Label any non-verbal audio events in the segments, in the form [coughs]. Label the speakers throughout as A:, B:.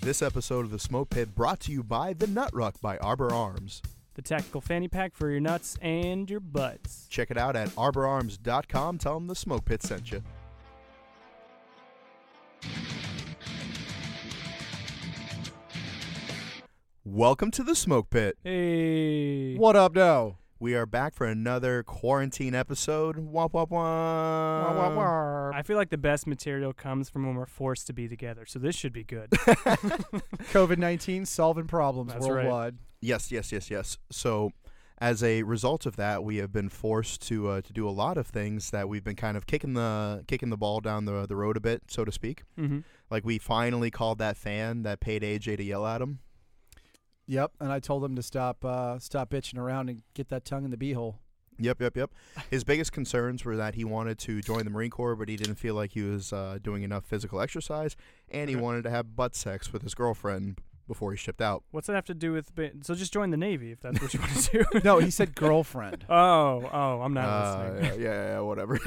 A: This episode of The Smoke Pit brought to you by The Nut Ruck by Arbor Arms.
B: The tactical fanny pack for your nuts and your butts.
A: Check it out at arborarms.com. Tell them The Smoke Pit sent you. Welcome to The Smoke Pit.
B: Hey.
C: What up, though?
A: We are back for another quarantine episode. Womp womp womp.
B: I feel like the best material comes from when we're forced to be together, so this should be
C: [laughs]
B: good.
C: COVID 19 solving problems
B: That's right.
C: worldwide.
A: Yes, yes, yes, yes. So, as a result of that, we have been forced to uh, to do a lot of things that we've been kind of kicking the kicking the ball down the the road a bit, so to speak.
B: mm-hmm.
A: Like we finally called that fan that paid AJ to yell at him.
C: Yep, and I told him to stop uh, stop bitching around and get that tongue in the beehole.
A: Yep, yep, yep. His biggest concerns were that he wanted to join the Marine Corps, but he didn't feel like he was uh, doing enough physical exercise, and he wanted to have butt sex with his girlfriend before he shipped out.
B: What's that have to do with? ba- So just join the navy if that's what you want to do.
C: [laughs] No, he said Ah, girlfriend.
B: [laughs] Oh, oh, I'm not
A: Uh,
B: listening.
A: yeah, yeah, yeah, whatever.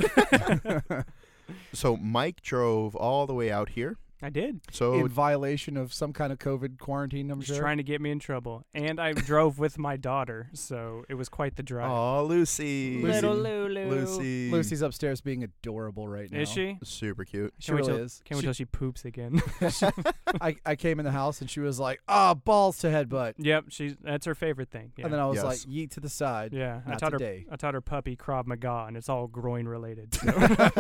B: [laughs]
A: [laughs] so Mike drove all the way out here.
B: I did.
A: So
C: in violation of some kind of COVID quarantine, I'm
B: Just
C: sure.
B: trying to get me in trouble, and I drove with my daughter, so it was quite the drive.
A: Oh, Lucy.
C: Little
B: Lulu.
A: Lucy.
C: Lucy's upstairs being adorable right now.
B: Is she?
A: Super cute.
C: She
B: Can't wait
C: really
B: till-
C: is.
B: Can't wait
C: She-
B: till she poops again. [laughs]
C: [laughs] I, I came in the house and she was like, ah, balls to headbutt.
B: yep, she's that's her favorite thing. Yeah.
C: And then I was
A: Yes.
C: like, yeet to the side.
B: yeah, I
C: Not
B: taught
C: today.
B: [laughs]
C: [laughs]
B: her. I taught her puppy Krav Maga, and it's all groin related. [laughs]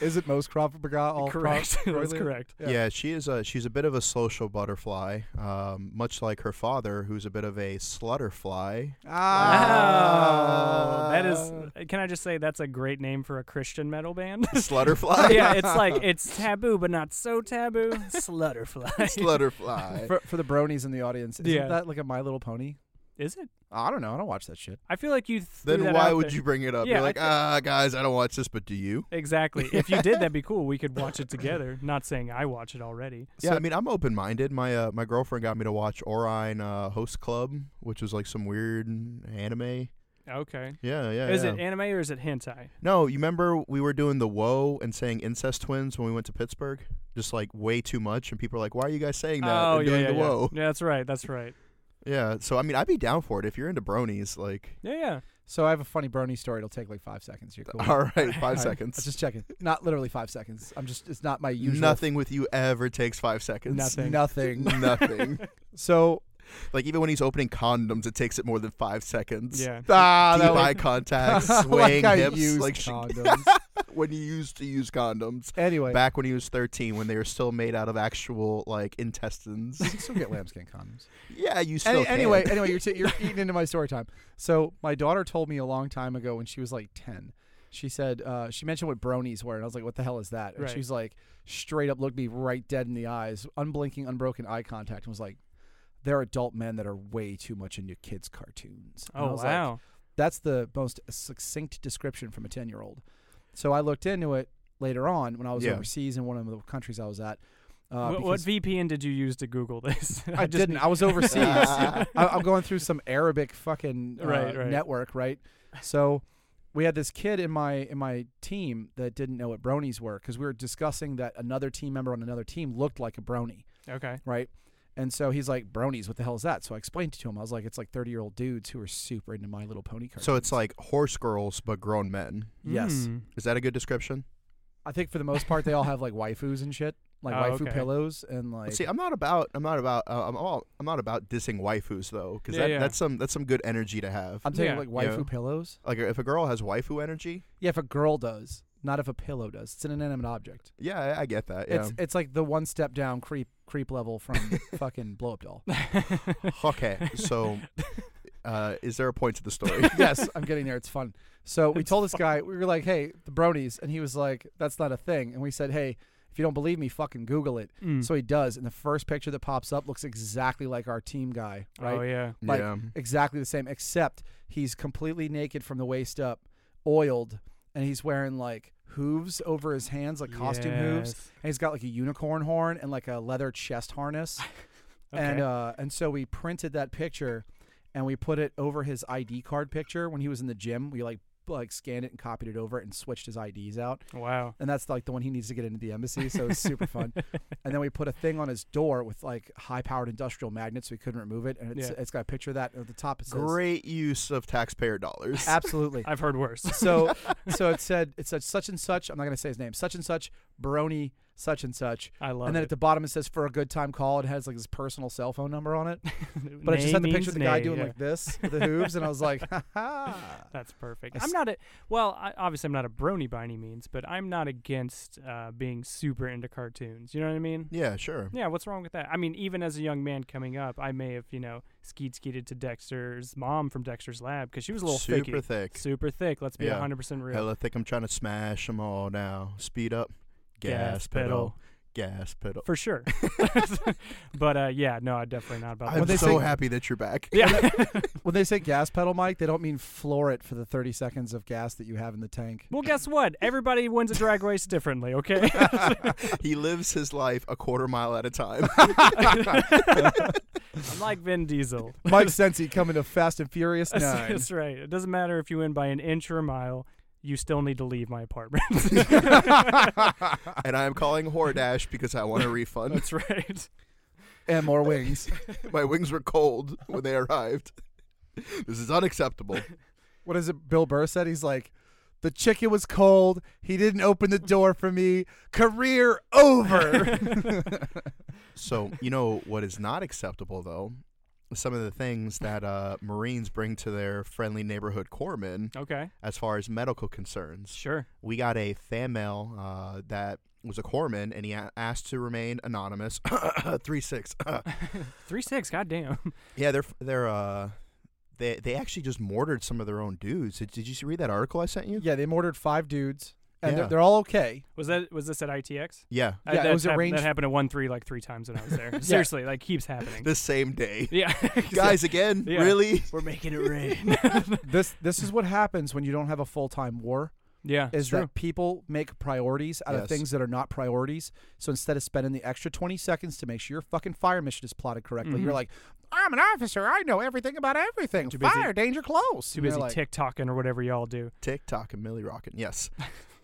C: Is it most Crawford Bagat all
B: correct. [laughs] that's
C: related?
B: correct.
A: Yeah.
C: Yeah.
A: she is a she's a bit of a social butterfly, um, much like her father, who's a bit of a
B: [laughs]
A: slutterfly.
C: Ah.
B: Wow. that is. uh, Can I just say that's a great name for a Christian metal band? [laughs]
A: Slutterfly.
B: yeah, it's like it's taboo, but not so taboo. Slutterfly.
A: Slutterfly.
C: For, for the bronies in the audience, isn't
B: Yeah.
C: that like a My Little Pony?
B: [laughs] Is it?
C: I don't know. I don't watch that shit.
B: I feel like you. Threw
A: then
B: that
A: why
B: out
A: would
B: there.
A: you bring it up?
B: Yeah,
A: You're
B: I
A: like,
B: thi-
A: ah, guys, I don't watch this, but do you?
B: [laughs] Exactly. If you did, that'd be cool. We could watch it together. Not saying I watch it already.
A: yeah,
C: So-
A: I mean, I'm open minded. My uh, my girlfriend got me to watch Orine uh, Host Club, which was like some weird anime.
B: Okay.
A: Yeah, yeah.
B: Is
A: yeah.
B: it anime or is it hentai?
A: No, you remember we were doing the whoa and saying incest twins when we went to Pittsburgh? Just like way too much, and people are like, "Why are you guys saying that?"
B: oh
A: and
B: yeah,
A: doing
B: yeah,
A: the
B: yeah.
A: whoa.
B: Yeah, that's right. That's right.
A: Yeah. So I mean, I'd be down for it if you're into bronies. Like,
B: Yeah, yeah.
C: So I have a funny brony story. It'll take like five seconds. You're
A: [laughs]
C: cool.
A: all right,
C: All
A: five
C: right,
A: seconds.
C: Let's just check it. Not literally five seconds. I'm just. It's not my usual.
A: Nothing with you ever takes five seconds.
B: Nothing.
C: Nothing.
A: [laughs] Nothing.
C: so
A: like even when he's opening condoms, it takes it more than five seconds.
B: Yeah.
C: ah,
A: Deep
C: that was-
A: eye contact,
C: I
A: swaying
C: [laughs] like I
A: hips,
C: used
A: like she-
C: condoms.
A: [laughs] when you used to use condoms
C: anyway,
A: back when he was 13, when they were still made out of actual like intestines.
C: you can still get lambskin condoms.
A: yeah, you still.
C: Any,
A: can.
C: anyway,
B: [laughs]
C: anyway, you're t- you're eating into my story time. So my daughter told me a long time ago when she was like ten. She said uh, she mentioned what bronies were, and I was like, "What the hell is that?" And
B: Right.
C: she's like, straight up looked me right dead in the eyes, unblinking, unbroken eye contact, and was like, "They're adult men that are way too much into kids' cartoons." And I
B: Oh
C: was like,
B: wow.
C: That's the most succinct description from a 10 year old. So I looked into it later on when I was
A: Yeah.
C: overseas in one of the countries I was at. Uh,
B: What, what
C: because
B: VPN did you use to Google this? [laughs]
C: I,
B: just
C: didn't. I was
B: [laughs]
C: overseas. [laughs] I, I'm going through some Arabic fucking uh,
B: Right, right.
C: network, right? So we had this kid in my in my team that didn't know what bronies were because we were discussing that another team member on another team looked like a brony
B: need- Okay.
C: right? And so he's like, "Bronies, what the hell is that?" So I explained it to him. I was like, "It's like thirty-year-old dudes who are super into My Little Pony cartoons."
A: So it's like horse girls, but grown men.
C: yes,
B: Mm.
A: Is that a good description?
C: I think for the most part they all have like waifus and shit, like
B: Oh,
C: waifu
B: okay.
C: pillows and like.
A: See, I'm not about, I'm not about, uh, I'm all, I'm not about dissing waifus though, because
B: Yeah,
A: that,
B: yeah.
A: that's some, that's some good energy to have.
C: I'm saying
B: Yeah.
C: like waifu
A: Yeah.
C: pillows.
A: like if a girl has waifu energy,
C: Yeah, if a girl does, not if a pillow does. It's an inanimate object.
A: yeah, I, I get that. Yeah.
C: It's it's like the one step down creep creep level from fucking blow up
B: Hmm.
C: [laughs] doll.
A: okay, so uh, is there a point to the story?
C: yes, I'm getting there. It's fun. So we told this guy, we were like, hey, the bronies. And he was like, that's not a thing. And we said, hey, if you don't believe me, fucking Google it.
B: Mm.
C: So he does. And the first picture that pops up looks exactly like our team guy, right?
B: Oh yeah.
C: Like,
A: yeah.
C: Exactly the same, except he's completely naked from the waist up, oiled, and he's wearing like hooves over his hands, like costume hooves.
B: Yes.
C: And he's got like a unicorn horn and like a leather chest harness. And
B: Okay.
C: uh, and so we printed that picture and we put it over his ID card picture when he was in the gym. We like like scanned it and copied it over and switched his IDs out.
B: Wow.
C: And that's like the one he needs to get into the embassy. So it's super fun. And then we put a thing on his door with like high powered industrial magnets. So he couldn't remove it. And it's,
B: Yeah.
C: it's got a picture of that. And at the top, it
B: [laughs]
C: says,
A: Great use of taxpayer dollars.
C: Absolutely.
B: [laughs] I've heard worse. [laughs]
C: so so it said it said such and such. I'm not gonna say his name. Such and such, Baroni, such and such.
B: I love
C: and then
B: it.
C: at the bottom it says for a good time call. It has like his personal cell phone number on it.
B: [laughs]
C: But I just had the picture of the guy doing like this with the hooves, and I was like, ha ha.
B: That's perfect.
C: I
B: I'm
C: s-
B: not a well. I, obviously, I'm not a brony by any means, but I'm not against uh, being super into cartoons. You know what I mean?
A: yeah, sure.
B: Yeah. What's wrong with that? I mean, even as a young man coming up, I may have you know skeet skeeted to Dexter's mom from Dexter's Lab because she was a little
A: Super
B: thicky.
A: thick.
B: super thick. Let's be
A: Yeah.
B: 100 percent real.
A: Hella thick. I'm trying to smash them all now. Speed up. Gas, pedal. Gas pedal.
B: for sure. [laughs] but uh, yeah, no, I'm definitely not about
A: I'm
C: When
B: that.
C: they
A: so
C: say-
A: happy that you're back.
B: [laughs] Yeah.
C: When they say gas pedal, Mike, they don't mean floor it for the 30 seconds of gas that you have in
B: [laughs]
C: the tank.
B: well, guess what? Everybody wins a drag race
A: [laughs]
B: differently. Okay. [laughs]
A: he lives his life a quarter mile at a time.
B: I'm like Vin Diesel.
C: Mike Sensi coming to Fast
B: [laughs]
C: and Furious
B: That's,
C: Nine.
B: that's right. It doesn't matter if you win by an inch or a mile. You still need to leave my apartment.
A: and I'm calling DASH because I want a refund.
B: [laughs] That's right.
C: [laughs] and more wings.
A: My wings were cold when they arrived. This is unacceptable.
C: What is it? Bill Burr said he's like, the chicken was cold. He didn't open the door for me. Career over.
A: So, you know what is not acceptable, though? Some of the things that uh, Marines bring to their friendly neighborhood corpsmen
B: Okay.
A: as far as medical concerns.
B: Sure.
A: We got a fan mail uh, that was a corpsman, and he a- asked to remain anonymous. [coughs] Three six.
B: Three six. Goddamn. [laughs]
A: yeah, they're they're uh, they they actually just mortared some of their own dudes. Did, did you see- read that article I sent you?
C: yeah, they murdered five dudes, and
A: Yeah.
C: they're, they're all okay.
B: Was that was this at ITX?
A: Yeah,
B: Uh,
C: Yeah, it
B: that
C: was a
B: hap-
C: range-
B: that happened at one three like three times when I was there. Seriously, like keeps happening.
A: the same day.
B: [laughs] yeah. [laughs]
A: Guys, again,
B: Yeah.
A: really?
B: we're making it rain.
C: This this is what happens when you don't have a full time war.
B: [laughs] yeah.
C: Is
B: true.
C: that people make priorities out
A: Yes.
C: of things that are not priorities. So instead of spending the extra twenty seconds to make sure your fucking fire mission is plotted correctly, you're like, I'm an officer. I know everything about everything.
B: Mm-hmm. Too busy-
C: fire danger close.
B: too
C: And they're
B: busy
C: like,
B: TikToking or whatever y'all do?
A: TikTok and Millie Rockin',
B: [laughs]
A: yes.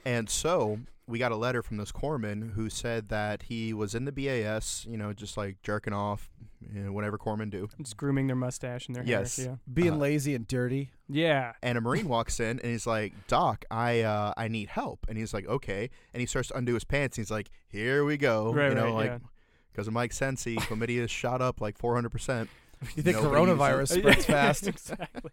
A: and so we got a letter from this corpsman who said that he was in the BAS, you know, just like jerking off, you know, whatever corpsmen do.
B: Just grooming their mustache and their
A: Yes.
B: hair.
C: being
A: uh,
C: lazy and dirty.
B: Yeah.
A: [laughs] And a
B: [laughs]
A: Marine walks in and he's like, Doc, I uh, I need help. And he's like, okay. And he starts to undo his pants. And he's like, here we go.
B: Right,
A: you know,
B: right,
A: like,
B: yeah.
A: because of Mike Sensi, chlamydia shot up like 400%.
C: You think
A: Nobody uses
C: coronavirus
B: Yeah. [laughs]
C: spreads fast?
B: exactly.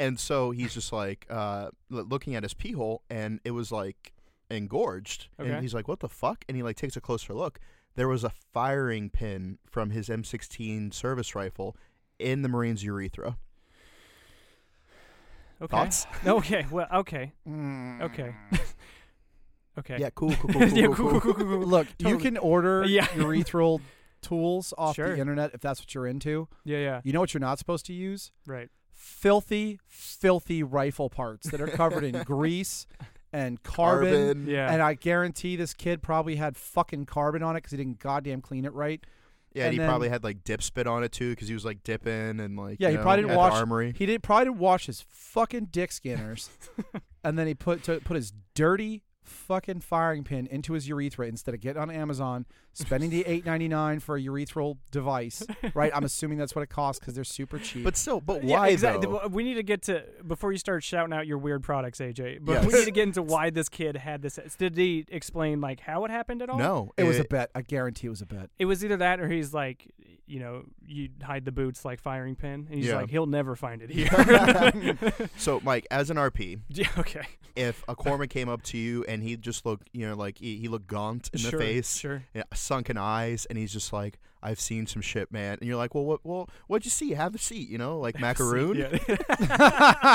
A: And so he's just like uh, l- looking at his pee hole, and it was like engorged.
B: Okay.
A: And he's like, "What the fuck?" And he like takes a closer look. There was a firing pin from his M16 service rifle in the Marine's urethra.
B: Okay.
C: [laughs]
A: Thoughts?
B: [laughs] Okay. Well. Okay. Okay. okay.
A: Yeah, cool, cool,
C: [laughs]
A: cool, cool,
B: [laughs] yeah,
A: cool, cool.
C: Look, you
B: Totally.
C: can
B: [laughs]
C: order
B: Yeah.
C: urethral tools off
B: Sure.
C: the internet if that's what you're into.
B: Yeah, yeah,
C: You know what you're not supposed to use?
B: right.
C: Filthy, filthy rifle parts that are
B: [laughs]
C: covered in grease and carbon.
B: Yeah.
C: And I guarantee this kid probably had fucking carbon on it because he didn't goddamn clean it right.
A: Yeah, and
C: and
A: he
C: then-
A: probably had like dip spit on it too, because he was like dipping and like
C: Yeah,
A: you
C: he
A: know,
C: probably didn't
A: at the
C: wash-
A: armory.
C: He did probably didn't wash his fucking
B: [laughs]
C: dick scanners, and then he put to, put his dirty fucking firing pin into his urethra instead of getting on Amazon, spending the eight ninety nine for a urethral
B: [laughs]
C: device. Right? I'm assuming that's what it costs because they're super cheap.
A: But still, but
B: Yeah,
A: why
B: exactly.
A: though?
B: Well, We need to get to before you start shouting out your weird products, AJ. But
A: Yes.
B: we need to get into why this kid had this. Did he explain like how it happened at all?
A: No,
C: it was a bet. I guarantee it was a bet.
B: It was either that or he's like, you know, you hide the boots like firing pin, and he's
A: Yeah.
B: like, he'll never find it
A: [laughs]
B: here. [laughs]
A: so Mike, as an RP,
B: yeah, okay.
A: if a corpsman came up to you and he just looked, you know, like he, he looked gaunt in
B: sure,
A: the face,
B: Sure.
A: and sunken eyes, and he's just like, "I've seen some shit, man." And you're like, "Well, what? Well, what'd you see? Have a seat, you know,
B: [laughs]
A: like [laughs] macaroon."
B: Yeah.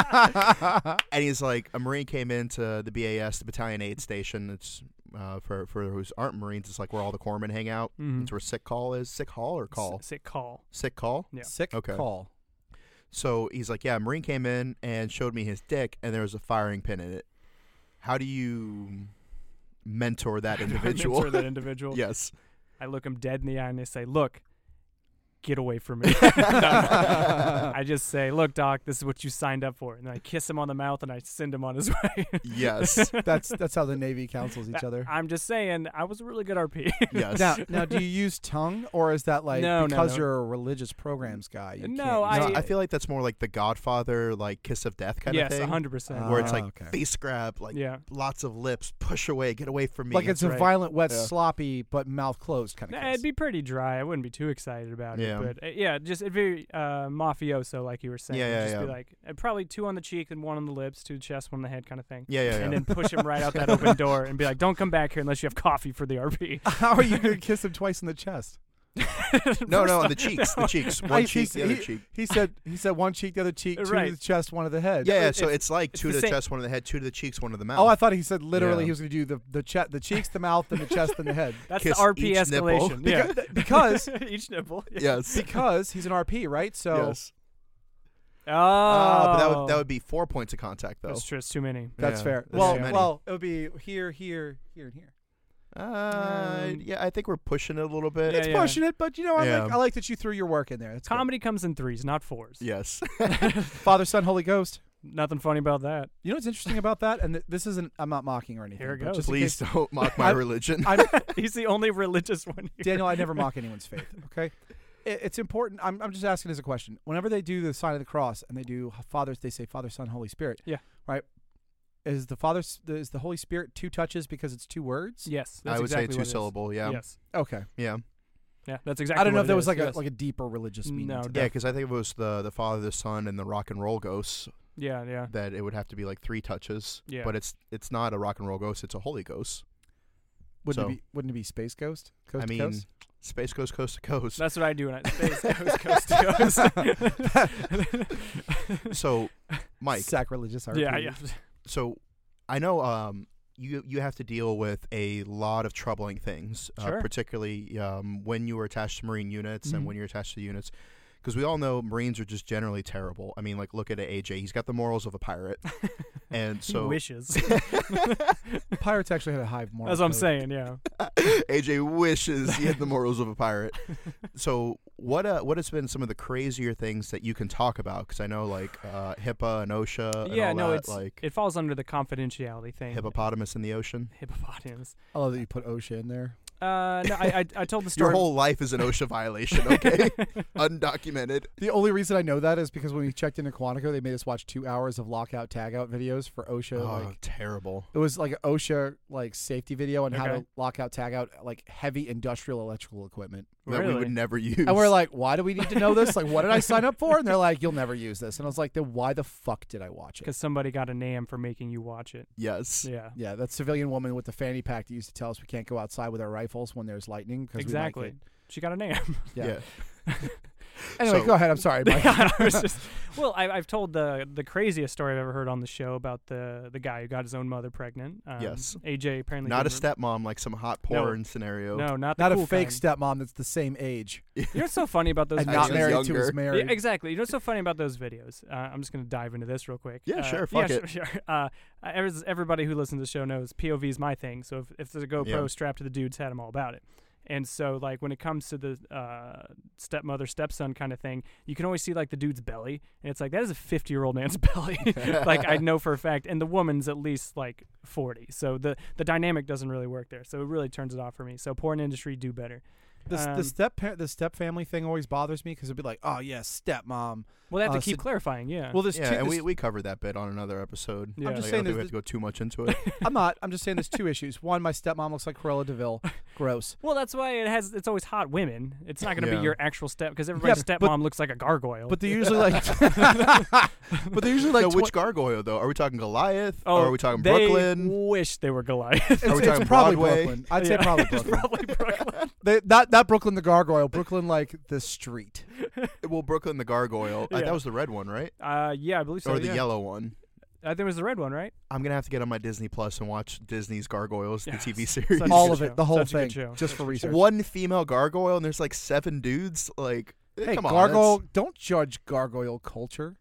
A: And he's like, "A marine came into the BAS, the Battalion Aid Station. It's uh, for for those aren't Marines. It's like where all the corpsmen hang out.
B: Mhm.
A: It's where sick call is. Sick hall or call?
B: S- sick call.
A: sick call."
B: Yeah.
C: Sick
A: Okay.
B: [laughs]
C: call.
A: So he's like, "Yeah, a marine came in and showed me his dick, and there was a firing pin in it. How do you
B: [laughs]
A: mentor that individual?" [laughs]
B: Mentor that individual.
A: yes.
B: I look him dead in the eye and I say, "Look, get away
A: [laughs]
B: from me. [laughs] I just say, look, doc, this is what you signed up for. And then I kiss him on the mouth and I send him on his way.
A: yes.
C: That's that's how the Navy counsels each other.
B: I'm just saying, I was a really good RP.
A: Yes.
C: Now, now, do you use tongue, or is that like
B: No, no,
C: because
B: no.
C: you're a religious programs guy? You
B: No,
A: No,
C: can't use
A: I,
C: it?
A: feel like that's more like the Godfather, like kiss of death kind
B: [laughs] yes,
A: of thing,
B: 100%.
C: Uh,
A: where it's
C: Ah,
A: like
C: okay.
A: face grab, like
B: yeah.
A: lots of lips, push away, get away from me.
C: like it's a
B: right.
C: violent, wet,
A: Yeah.
C: sloppy, but mouth closed kind of.
B: Nah, it'd be pretty dry. I wouldn't be too excited about
A: Yeah.
B: it. But uh, yeah, just it'd be uh, mafioso, like you were saying.
A: Yeah,
B: It'd
A: yeah,
B: just be
A: yeah.
B: like uh, probably two on the cheek and one on the lips, two chest, one on the head, kind of thing.
A: yeah, yeah, yeah.
B: And then push him right
A: [laughs]
B: out that open door and be like, "Don't come back here unless you have coffee for the RP."
C: [laughs] How are you gonna kiss him twice in the chest?
B: [laughs]
A: no,
B: First
A: no, on
B: off-
A: the cheeks, the
B: [laughs]
A: cheeks,
C: I-
A: one cheek,
C: he's-
A: the other
C: he-
A: cheek.
C: He said he said one cheek, the other cheek, two to
B: Right.
C: the chest, one to the head.
A: Yeah, yeah.
B: it-
A: So it's like
B: it's
A: two
B: the
A: to the
B: same-
A: chest, one to the head, two to the cheeks, one to the mouth.
C: Oh, I thought he said literally
A: Yeah.
C: he was going to do the the, che- the cheeks, the mouth, and the chest, and the head. [laughs]
B: That's
A: Kiss
B: the RP
A: each nipple. [laughs]
B: escalation. Yeah.
C: Because
B: [laughs] each nipple. Yeah.
A: yes.
C: because he's an RP, right? So
A: yes.
B: Oh,
A: Ah, but that would
C: oh.
A: that would be four points of contact though.
B: That's true. It's too many.
C: that's
A: Yeah,
C: fair.
A: that's
C: well,
A: too many.
C: well, it would be here, here, here, and here.
A: Uh,
B: Mm.
A: yeah, I think we're pushing it a little bit.
B: Yeah,
C: it's
B: yeah.
C: pushing it, but you know, I like
A: Yeah.
C: I like that you threw your work in there. That's good.
B: Comedy comes in threes, not fours.
A: Yes. [laughs]
C: Father, Son, Holy Ghost.
B: Nothing funny about that. [laughs]
C: You know what's interesting about that? And th- this isn't I'm not mocking or anything.
B: Here it
C: but
B: goes.
C: Just in
A: Please
C: case-
A: don't mock my
C: I'm-
B: [laughs]
A: religion.
C: I'm,
B: He's the only religious one here.
C: [laughs] Daniel, I never mock anyone's faith. Okay, it, it's important. I'm, I'm just asking as a question. Whenever they do the sign of the cross and they do Father, they say Father, Son, Holy Spirit.
B: Yeah.
C: Right. Is the Father s- the- is the Holy Spirit two touches because it's two words?
B: Yes. That's
A: I would
B: exactly
A: say
B: what
A: two
B: it is.
A: syllable. Yeah.
B: Yes.
C: Okay.
A: Yeah.
B: Yeah. That's exactly.
C: I don't know
B: what
C: if there
B: it
C: was
B: is.
C: like
B: Yes.
C: a like a deeper religious meaning.
B: No,
C: to
A: Yeah,
C: that.
A: because I think it was the the father, the son, and the rock and roll ghosts [laughs]
B: Yeah, yeah.
A: that it would have to be like three touches.
B: Uh-huh. Yeah.
A: But it's it's not a rock and roll ghost. It's a holy ghost.
C: Wouldn't
A: so-
C: it be Wouldn't it be Space Ghost? Coast
A: I
C: to
A: mean,
C: coast?
A: space goes coast to coast.
B: That's what I [laughs] do
A: [laughs]
B: when I space goes coast [laughs] to coast. [laughs]
A: so, Mike.
C: sacrilegious. RP.
B: yeah, yeah.
A: So, I know um you you have to deal with a lot of troubling things,
B: Sure.
A: uh, particularly um, when you are attached to Marine units
B: Mhm.
A: and when you're attached to units. Because we all know Marines are just generally terrible. I mean, like look at AJ; he's got the morals of a
B: [laughs]
A: pirate, and
B: he
A: so [laughs]
B: wishes.
C: Pirates actually had a hive moral.
B: That's what I'm
C: code.
B: saying. Yeah.
A: AJ wishes he had the morals of a
B: [laughs]
A: pirate. So what uh, what has been some of the crazier things that you can talk about? Because I know like uh, HIPAA and OSHA. And
B: yeah.
A: all
B: No,
A: that,
B: it's
A: like
B: it falls under the confidentiality thing.
A: hippopotamus in the ocean.
B: Hippopotamus.
C: I love that you put OSHA in there.
B: Uh, no, I, I I
A: [laughs]
B: told the
A: Your
B: story.
A: whole life is an OSHA violation,
B: [laughs]
A: okay? Undocumented.
C: The only reason I know that is because when we checked into Quantico, they made us watch two hours of lockout tagout videos for OSHA.
A: oh,
C: Like
A: terrible.
C: it was like an OSHA like safety video on how to
B: Okay.
C: lockout tagout like heavy industrial electrical equipment.
A: That we
B: Really?
A: would never use.
C: And we're like, why do we need to know this? Like, what did I sign up for? And they're like, you'll never use this. And I was like, then why the fuck did I watch it?
B: because somebody got a name for making you watch it.
A: yes.
B: Yeah.
C: Yeah, that civilian woman with the fanny pack that used to tell us we can't go outside with our rifles when there's lightning. 'cause we might
B: Exactly.
C: get-
B: She got a name.
C: Yeah.
A: Yeah.
C: Anyway,
A: So-
C: go ahead. I'm sorry.
B: [laughs]
C: Mike.
B: I
A: [laughs]
B: was just- well, I, I've told the the craziest story I've ever heard on the show about the the guy who got his own mother pregnant. Um,
A: Yes.
B: AJ apparently
A: Not a
B: didn't
A: stepmom like some hot
B: No.
A: porn scenario. [laughs]
B: rem- No, not the
C: Not
B: cool
C: a fake
B: kind.
C: stepmom that's the same age
B: You're so funny about those.
C: and
A: Actually,
C: not
B: videos.
C: married to his
A: younger.
C: married.
B: Yeah, exactly. You know what's so funny about those videos? Uh, I'm just going to dive into this real quick.
A: Yeah,
B: Uh,
A: sure, fuck
B: yeah,
A: it.
B: Sure, [laughs] sure. Uh, as everybody who listens to the show knows POV is my thing. So if, if there's a GoPro
A: Yeah.
B: strapped to the dude's head, I'm all about it. And so, like, when it comes to the uh, stepmother, stepson kind of thing, you can always see, like, the dude's belly. And it's like, that is a 50 year old man's [laughs] belly. like, I know for a fact. And the woman's at least, like, 40. So the, the dynamic doesn't really work there. So it really turns it off for me. So, porn industry, do better.
C: The, s
B: Um,
C: the step par- the step family thing always bothers me because it'd be like, oh yeah, stepmom.
B: Well, they have
C: Uh,
B: to keep
C: so-
B: clarifying. Yeah.
C: Well, there's
A: Yeah,
C: two.
A: and we,
C: there's-
A: we covered that bit on another episode.
B: yeah.
C: I'm
A: Like,
C: just
A: I don't
C: saying
A: think
C: there's
A: we have to go too much into it.
B: [laughs]
C: I'm not. I'm just saying there's two issues. One, my stepmom looks like Cruella Deville. Gross.
B: Well, that's why it has. It's always hot women. It's not going to
A: Yeah.
B: be your actual step because everybody's
C: but-
B: stepmom looks like a gargoyle.
C: But they're usually like.
B: [laughs]
C: but they're usually like.
A: no,
C: twen-
A: which gargoyle though? Are we talking Goliath?
B: oh,
A: or are we talking
B: they
A: Brooklyn?
B: Wish they were Goliath. [laughs]
C: it's,
A: Are we
C: it's
A: talking
C: probably
A: Broadway?
C: Brooklyn. I'd say
B: Yeah.
C: probably
B: [laughs] It's
C: Brooklyn.
B: probably Brooklyn. [laughs]
C: they, not not Brooklyn the gargoyle. Brooklyn like the street.
A: Well, Brooklyn the gargoyle. Uh,
B: Yeah.
A: that was the red one, right?
B: uh, yeah, I believe so.
A: or the
B: yeah.
A: yellow one.
B: I think it was the red one, right?
A: I'm gonna have to get on my Disney Plus and watch Disney's Gargoyles,
B: Yes.
A: the TV series.
B: Such a
C: All
B: good
C: of
B: show.
C: it. The whole
B: Such a good
C: thing.
B: show.
C: Just for research.
A: One female gargoyle, and there's like seven dudes. Like, eh,
C: Hey,
A: come
C: gargoyle.
A: on, [laughs]
C: Don't judge gargoyle culture.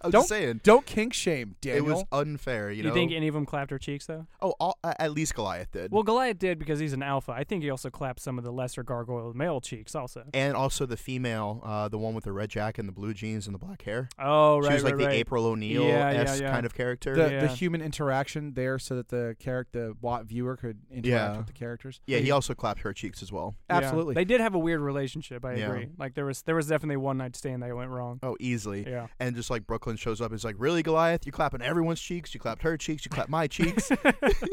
A: I'm
C: Don't-
A: just saying.
C: Don't kink shame, Daniel.
A: It was unfair, you
B: You,
A: know.
B: think any of them clapped her cheeks though?
A: oh, all, uh, at least Goliath did,
B: Well, Goliath did because he's an alpha. I think he also clapped some of the lesser gargoyle male cheeks also.
A: and also the female, uh, the one with the red jacket and the blue jeans and the black hair.
B: Oh, right,
A: she was
B: right,
A: like
B: right.
A: the April O'Neil
B: Yeah, yeah,
A: esque
B: yeah.
A: kind of character.
C: the,
B: Yeah.
C: the human interaction there so that the character the wa- viewer could interact
A: Yeah.
C: with the characters.
A: yeah, he also clapped her cheeks as well.
B: Yeah.
C: Absolutely.
B: They did have a weird relationship. I
A: Yeah.
B: agree. Like there was there was definitely one night stand that
A: [laughs]
B: went wrong.
A: Oh, easily.
B: Yeah.
A: And just like Brooklyn shows up, it's like, really, Goliath? You clapping everyone's cheeks? You clapped her cheeks? You
B: [laughs]
A: clapped my cheeks?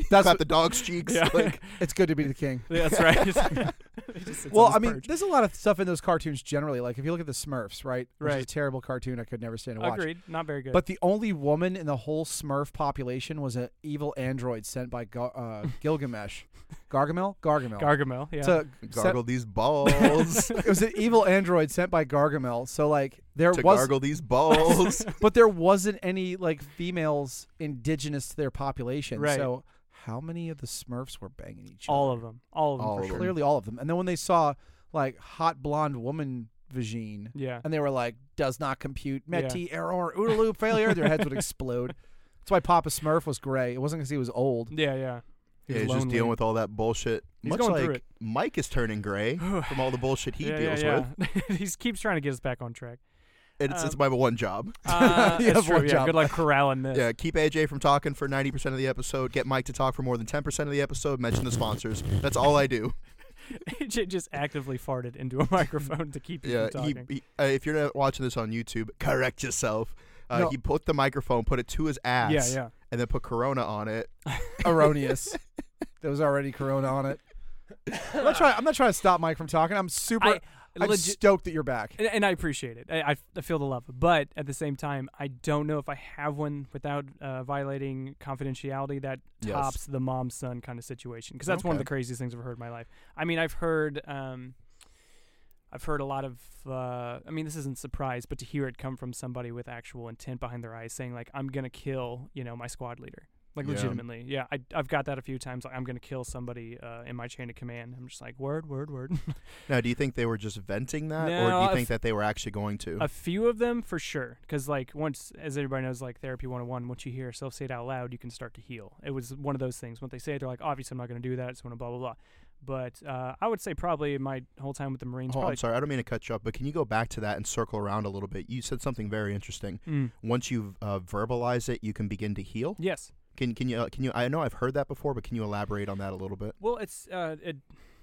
C: That's
A: clap the dog's cheeks?
B: Yeah.
A: Like,
C: It's good to be the king.
B: Yeah, [laughs]
A: [laughs]
B: That's right. He just sits
C: well,
B: on his
C: I mean,
B: perch.
C: there's a lot of stuff in those cartoons generally. Like if you look at the Smurfs, right? Which is a
B: Right.
C: terrible cartoon I could never stand to watch.
B: agreed. Not very good.
C: But the only woman in the whole Smurf population was an evil android sent by Ga- uh, Gilgamesh, Gargamel, Gargamel.
A: Oh.
B: Gargamel, yeah.
C: to
A: gargle these
B: [laughs]
A: balls.
C: Set, [laughs] it was an evil android sent by Gargamel. So like there
A: to
C: was,
A: gargle these
B: [laughs]
A: balls.
C: but there wasn't any like females indigenous to their population.
B: Right.
C: So how many of the Smurfs were banging each
B: all of them. All of them.
A: All of
B: for
C: other?
B: sure.
A: them.
C: Clearly, all of them. And then when they saw like hot blonde woman vagine.
B: Yeah.
C: and they were like, "Does not compute,
B: Yeah.
C: Meti error, Oodaloo failure." Their heads would explode. [laughs] That's why Papa Smurf was gray. It wasn't because he was old.
B: Yeah, yeah.
A: yeah, he's just dealing with all that bullshit.
B: He's
A: Much
B: going
A: like
B: through it.
A: Mike is turning
B: [sighs]
A: gray from all the bullshit he
B: yeah,
A: deals
B: yeah,
A: with.
B: yeah. [laughs] He keeps trying to get us back on
A: [laughs]
B: track.
A: And it's, it's
B: Um,
A: my one job.
B: Uh,
C: You
B: that's
C: have
B: true,
C: one
B: yeah.
C: job.
B: Good luck corralling this. [laughs]
A: Yeah, keep AJ from talking for 90% of the episode. Get Mike to talk for more than 10% of the episode. Mention the sponsors. That's all I do.
B: AJ just actively farted into a [laughs] microphone to [laughs] keep you
A: Yeah,
B: from
A: he,
B: talking.
A: he, uh, if you're not watching this on YouTube, correct yourself. Uh,
C: No.
A: He put the microphone, put it to his ass,
B: yeah, yeah.
A: and then put Corona on it.
C: [laughs] Erroneous. there was already Corona on it. I'm not trying. I'm not trying to stop Mike from talking. I'm super.
B: I,
C: I, am
B: legit-
C: stoked that you're back.
B: and, and I appreciate it. I, I, I feel the love, but at the same time, I don't know if I have one without uh, violating confidentiality that
A: Yes.
B: tops the mom son kind of situation because that's one of
A: Okay.
B: the craziest things I've heard in my life. I mean, I've heard. Um, I've heard a lot of, uh, I mean, this isn't surprise, but to hear it come from somebody with actual intent behind their eyes saying, like, I'm going to kill, you know, my squad leader. Like,
A: Yeah.
B: legitimately. Yeah, I, I've got that a few times. Like, I'm going to kill somebody uh, in my chain of command. I'm just like, word, word, word.
A: Now, do you think they were just venting that, or
B: No,
A: do you
B: I
A: think
B: f-
A: that they were actually going to?
B: A few of them for sure. Because, like, once, as everybody knows, like, Therapy 101, once you hear yourself say it out loud, you can start to heal. It was one of those things. Once they say it, they're like, obviously, I'm not going to do that. It's going to blah, blah, blah. But uh, I would say probably my whole time with the Marines.
A: oh,
B: probably,
A: I'm sorry, I don't mean to cut you up, but can you go back to that and circle around a little bit? You said something very interesting.
B: Mm.
A: Once you uh, verbalize it, you can begin to heal.
B: Yes.
A: Can can you uh, can you? I know I've heard that before, but can you elaborate on that a little bit?
B: Well, it's, uh, it,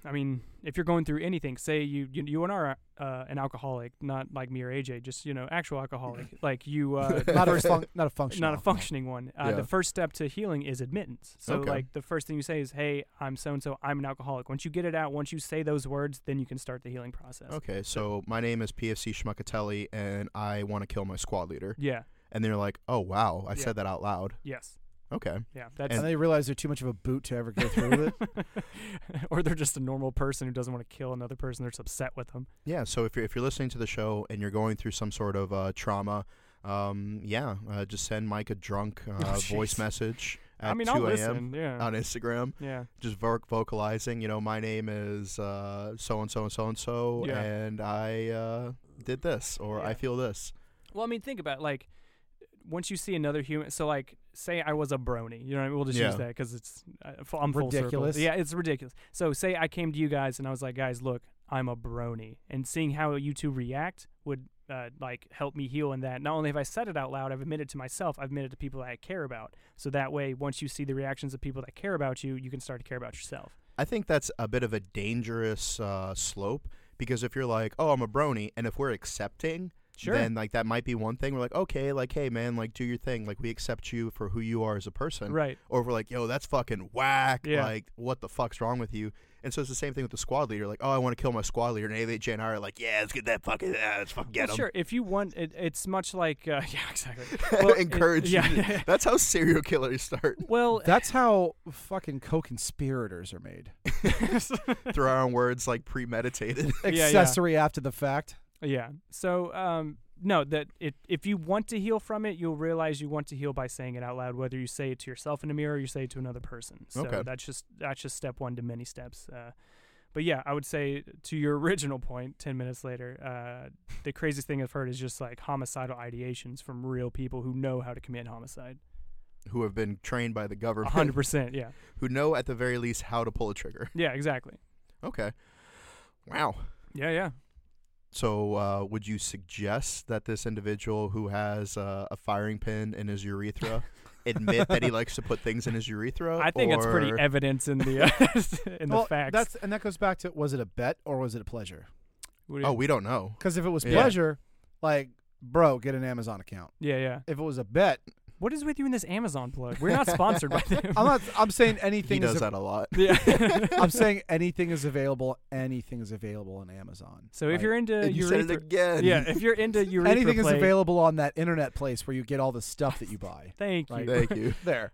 B: I mean, if you're going through anything, say you you, you and are uh, an alcoholic, not like me or AJ, just, you know, actual alcoholic, like you, [laughs] uh,
C: [laughs] Not a fun, not a
B: [laughs]
C: function.
B: not a functioning one. Uh,
A: Yeah.
B: The first step to healing is admittance. So,
A: Okay.
B: like, the first thing you say is, "Hey, I'm so and so. I'm an alcoholic." Once you get it out, once you say those words, then you can start the healing process.
A: Okay, so my name is PFC Schmuckatelli, and I want to kill my squad leader.
B: Yeah.
A: And they're like, "Oh wow, I
B: Yeah.
A: said that out loud."
B: Yes.
A: Okay,
B: Yeah.
C: And
B: [laughs] That's.
C: they realize they're too much of a boot to ever go through with
B: [laughs]
C: it.
B: or they're just a normal person who doesn't want to kill another person. They're just upset with them.
A: yeah. So if you're if you're listening to the show and you're going through some sort of uh, trauma, um, yeah, uh, just send Mike a drunk
B: [laughs]
A: uh, voice
B: Oh, jeez.
A: message at
B: I mean,
A: 2
B: I'll
A: a.m.
B: listen. Yeah.
A: on Instagram.
B: yeah.
A: just vo- vocalizing, you know, my name is uh, so and so and so and so,
B: Yeah.
A: and I uh, did this or I
B: Yeah.
A: feel this.
B: Well, I mean, think about it, like once you see another human. So, like, say I was a brony. You know, what I mean? we'll just use
A: Yeah.
B: that because it's uh, f- I'm full circle.
C: Ridiculous.
B: Yeah, it's ridiculous. So, say I came to you guys and I was like, guys, look, I'm a brony, and seeing how you two react would. Uh, like help me heal in that. Not only have I said it out loud, I've admitted to myself, I've admitted to people that I care about. So that way, once you see the reactions of people that care about you, you can start to care about yourself.
A: I think that's a bit of a dangerous uh, slope because if you're like, oh, I'm a brony, and if we're accepting,
B: Sure.
A: then like that might be one thing. We're like, okay, like, hey, man, like, do your thing. Like, we accept you for who you are as a person.
B: right.
A: Or if we're like, yo, that's fucking whack.
B: Yeah.
A: Like, what the fuck's wrong with you? And so it's the same thing with the squad leader. Like, oh, I want to kill my squad leader. And AJ and I are like, yeah, let's get that fucking, yeah, let's fucking get
B: Well,
A: him. [laughs]
B: sure. If you want, it, it's much like uh, [laughs] yeah, exactly. Well, it-
A: encourage
B: yeah,
A: you. to- That's how serial killers start
B: [laughs]
A: [laughs]
B: Well,
C: That's how fucking co-conspirators are made.
A: through our own words, like premeditated.
B: [laughs]
A: [laughs]
B: yeah.
C: Accessory after the fact.
B: Yeah. So, um, no, that it, if you want to heal from it, you'll realize you want to heal by saying it out loud, whether you say it to yourself in a mirror or you say it to another person. So
A: Okay.
B: that's just that's just step one to many steps. Uh, But yeah, I would say to your [laughs] original point, ten minutes later, uh, the craziest thing I've heard is just like homicidal ideations from real people who know how to
A: [laughs]
B: commit homicide.
A: who have been trained by the
B: A
A: government,
B: hundred percent. Yeah.
A: who know at the very least how to pull a trigger.
B: Yeah. Exactly.
A: Okay. Wow.
B: Yeah. Yeah.
A: So, uh, would you suggest that this individual who has uh, a firing pin in his
B: [laughs]
A: urethra admit that he likes to put things in his urethra?
B: I think it's pretty
A: or-
B: evident in the [laughs] uh, in
C: well,
B: the facts.
C: That's and that goes back to was it a bet or was it a pleasure?
B: What do you-
A: Oh, we don't know.
C: Because if it was
A: Yeah.
C: pleasure, like bro, get an Amazon account.
B: yeah, yeah.
C: If it was a bet,
B: What is with you in this Amazon plug? We're not sponsored
C: [laughs]
B: by them.
A: [laughs]
C: I'm not. I'm saying
A: He
C: anything.
A: does
C: is av-
A: that a lot.
B: [laughs]
C: [laughs]
B: yeah.
C: I'm
A: [laughs]
C: saying anything is available. Anything is available on Amazon.
B: So if
C: Like,
B: you're into
A: and you said it
B: urethra,
A: again.
B: yeah,
A: [laughs]
B: if you're
C: [laughs]
B: into urethra
C: anything is
B: play-
C: available on that internet place where you get all the stuff
A: [laughs]
C: that you buy.
B: Thank you.
C: Like-
A: Thank
B: [laughs]
A: you.
C: There.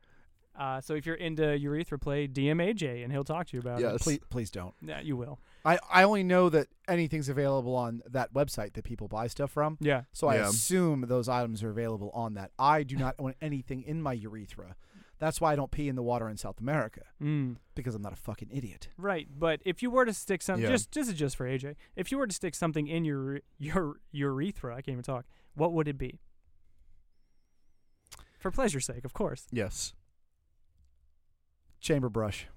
B: Uh, so if you're into urethra play, DMAJ, and he'll talk to you about it.
A: Yes.
C: Please, please don't.
B: Yeah, you will.
C: I, I only know that anything's available on that website that people buy stuff from.
B: Yeah.
C: So I
A: Yeah.
C: assume those items are available on that. I do not want anything in my urethra. That's why I don't pee in the water in South America
B: Mm.
C: because I'm not a fucking idiot.
B: Right, but if you were to stick something,
A: Yeah.
B: just this is just for AJ. If you were to stick something in your your urethra, I can't even talk. What would it be? For pleasure's sake, of course.
A: Yes.
C: Chamber brush.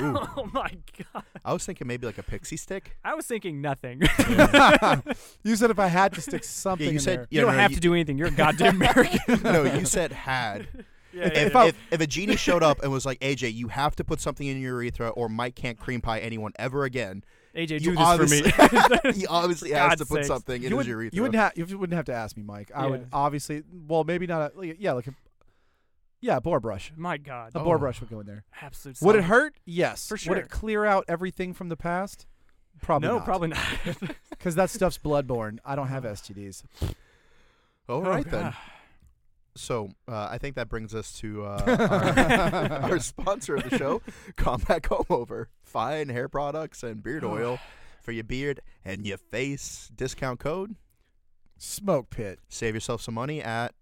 A: Ooh.
B: [laughs] oh my god!
A: I was thinking maybe like a pixie stick.
B: I was thinking nothing.
C: [laughs] you said if I had to stick something
A: you
C: in
A: said-
C: there.
B: you
A: Yeah,
B: don't
A: no,
B: have
A: you-
B: to do anything. You're
A: [laughs]
B: a goddamn American.
A: no, you said
C: [laughs]
A: had.
B: yeah, yeah,
A: If,
B: yeah.
C: I-
A: if, if a genie showed up and was like, AJ, you have to put something in your urethra or Mike can't cream pie anyone ever
C: [laughs]
A: again, you
B: AJ, do this for me. [laughs]
A: he obviously has
B: God's
A: to put
B: sakes.
A: something in his
C: you, wouldn't,
A: urethra.
C: you wouldn't have you wouldn't have to ask me, Mike. I
B: Yeah.
C: would obviously well maybe not a like, yeah, like a yeah, a boar brush.
B: my God,
C: A boar
A: Oh.
C: brush would go in there.
B: absolute.
C: Would it
B: solid.
C: hurt? Yes.
B: For
C: Would
B: sure.
C: it clear out everything from the past? Probably
B: no,
C: not. [laughs]
B: probably not.
C: because that stuff's bloodborne. I don't have
B: [laughs]
C: STDs.
A: All
C: oh,
A: right, then.
B: God.
A: So uh, I think that brings us to
C: [laughs]
A: uh, our, our sponsor of the show, Combat Comb Over. Fine hair products and beard oil for your beard and your face. Discount code.
C: Smoke pit.
A: Save yourself some money at.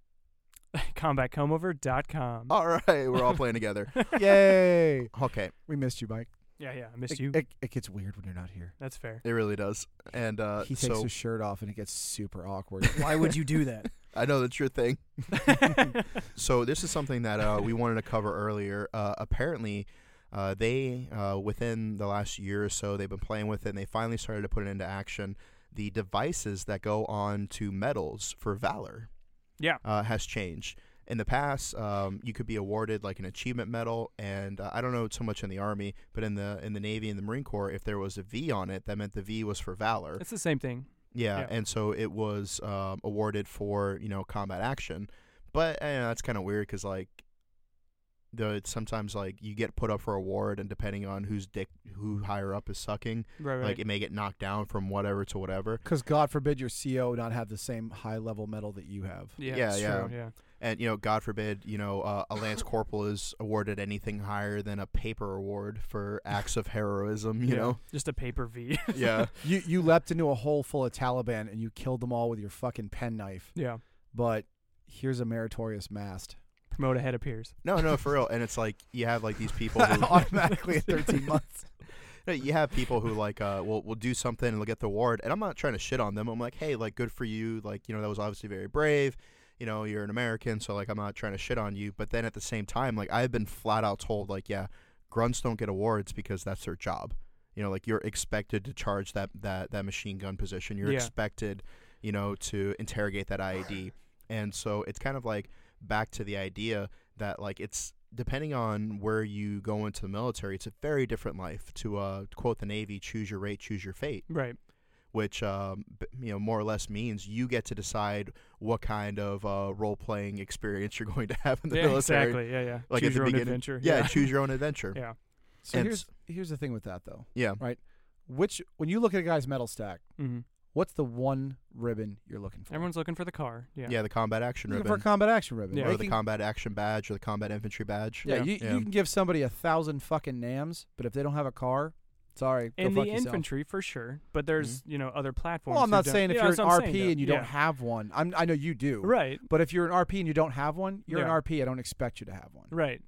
B: CombatComeover.com. [laughs]
A: All right, we're all playing
C: [laughs]
A: together.
C: Oh, Yay!
A: Okay,
C: we missed you, Mike.
B: Yeah, yeah, I missed
C: It,
B: you.
C: It, it gets weird when you're not here.
B: That's
C: [laughs]
B: fair. [laughs]
A: it really does. And uh,
C: he takes
A: so
C: his shirt off and it gets super awkward.
B: Why would you do that?
A: I know that's your thing. So this is something that uh, we wanted to cover earlier. Uh, apparently, uh, they uh, within the last year or so they've been playing with it, and they finally started to put it into action. The devices that go on to medals for valor,
B: Yeah.
A: uh, has changed. In the past, um, you could be awarded like an achievement medal, and uh, I don't know so much in the army, but in the in the navy and the marine corps, if there was a V on it, that meant the V was for valor.
B: It's the same thing.
A: Yeah,
B: Yeah.
A: and so it was um, awarded for you know combat action, but eh, that's kind of weird because like the it's sometimes like you get put up for award, and depending on whose dick who higher up is sucking,
B: Right, right.
A: like it may get knocked down from whatever to whatever.
C: Because God forbid your CO not have the same high level medal that you have.
B: yeah,
A: yeah,
B: it's
A: yeah.
B: True, yeah.
A: And you know, God forbid, you know, uh, a
B: [laughs]
A: lance corporal is awarded anything higher than a paper award for acts of heroism. You
B: Yeah. [laughs]
A: know,
B: Just a paper V. [laughs]
A: yeah,
C: You you leapt into a hole full of Taliban and you killed them all with your fucking penknife.
B: yeah.
C: But here's a meritorious mast.
B: Promote ahead appears.
A: no, no, for real. And it's like you have like these
B: [laughs]
A: people
C: [laughs]
A: who
C: Automatically at 13 months.
A: No, [laughs] you have people who like uh, will will do something and they'll get the award, and I'm not trying to shit on them. I'm like, hey, like good for you. Like you know that was obviously very brave. You know you're an American, so like I'm not trying to shit on you. But then at the same time, like I've been flat out told like yeah, grunts don't get awards because that's their job. You know like you're expected to charge that that that machine gun position. You're
B: Yeah.
A: expected, you know, to interrogate that IED. And so it's kind of like back to the idea that like it's depending on where you go into the military, it's a very different life. To uh, quote the Navy, "Choose your rate, choose your fate,"
B: Right.
A: which um, b- you know more or less means you get to decide what kind of uh, role playing experience you're [laughs] going to have in the
B: yeah,
A: military.
B: Exactly. Yeah, yeah.
A: Like
B: Choose
A: at the
B: your own
A: beginning,
B: adventure.
A: Yeah, choose your own
B: [laughs]
A: adventure.
B: yeah.
C: So
A: And
C: here's, here's the thing with that, though.
A: Yeah.
C: Which, when you look at a guy's medal stack,
B: hmm
C: what's the one ribbon you're looking for?
B: Everyone's looking for the car. Yeah. Mm,
A: yeah, the combat action
C: looking
A: ribbon,
C: for a combat action ribbon.
B: Yeah.
C: They
A: or the
C: can-
A: combat action badge, or the combat infantry badge.
C: Yeah,
B: Yeah.
C: You,
A: Yeah.
C: you can give somebody a thousand fucking nams, but if they don't have a car, sorry. go
B: In the
C: fuck yourself. Mm-hmm.
B: infantry, for sure, but there's you know other platforms.
C: Well, I'm
B: who
C: not
B: don't-
C: saying if
B: Yeah,
C: you're
B: that's
C: an
B: what
C: RP
B: I'm saying,
C: and you
B: though.
C: don't
B: Yeah.
C: have one. I'm, I know you do.
B: right,
C: But if you're an RP and you don't have one, you're
B: Yeah.
C: an RP. I don't expect you to have one.
B: [laughs] right.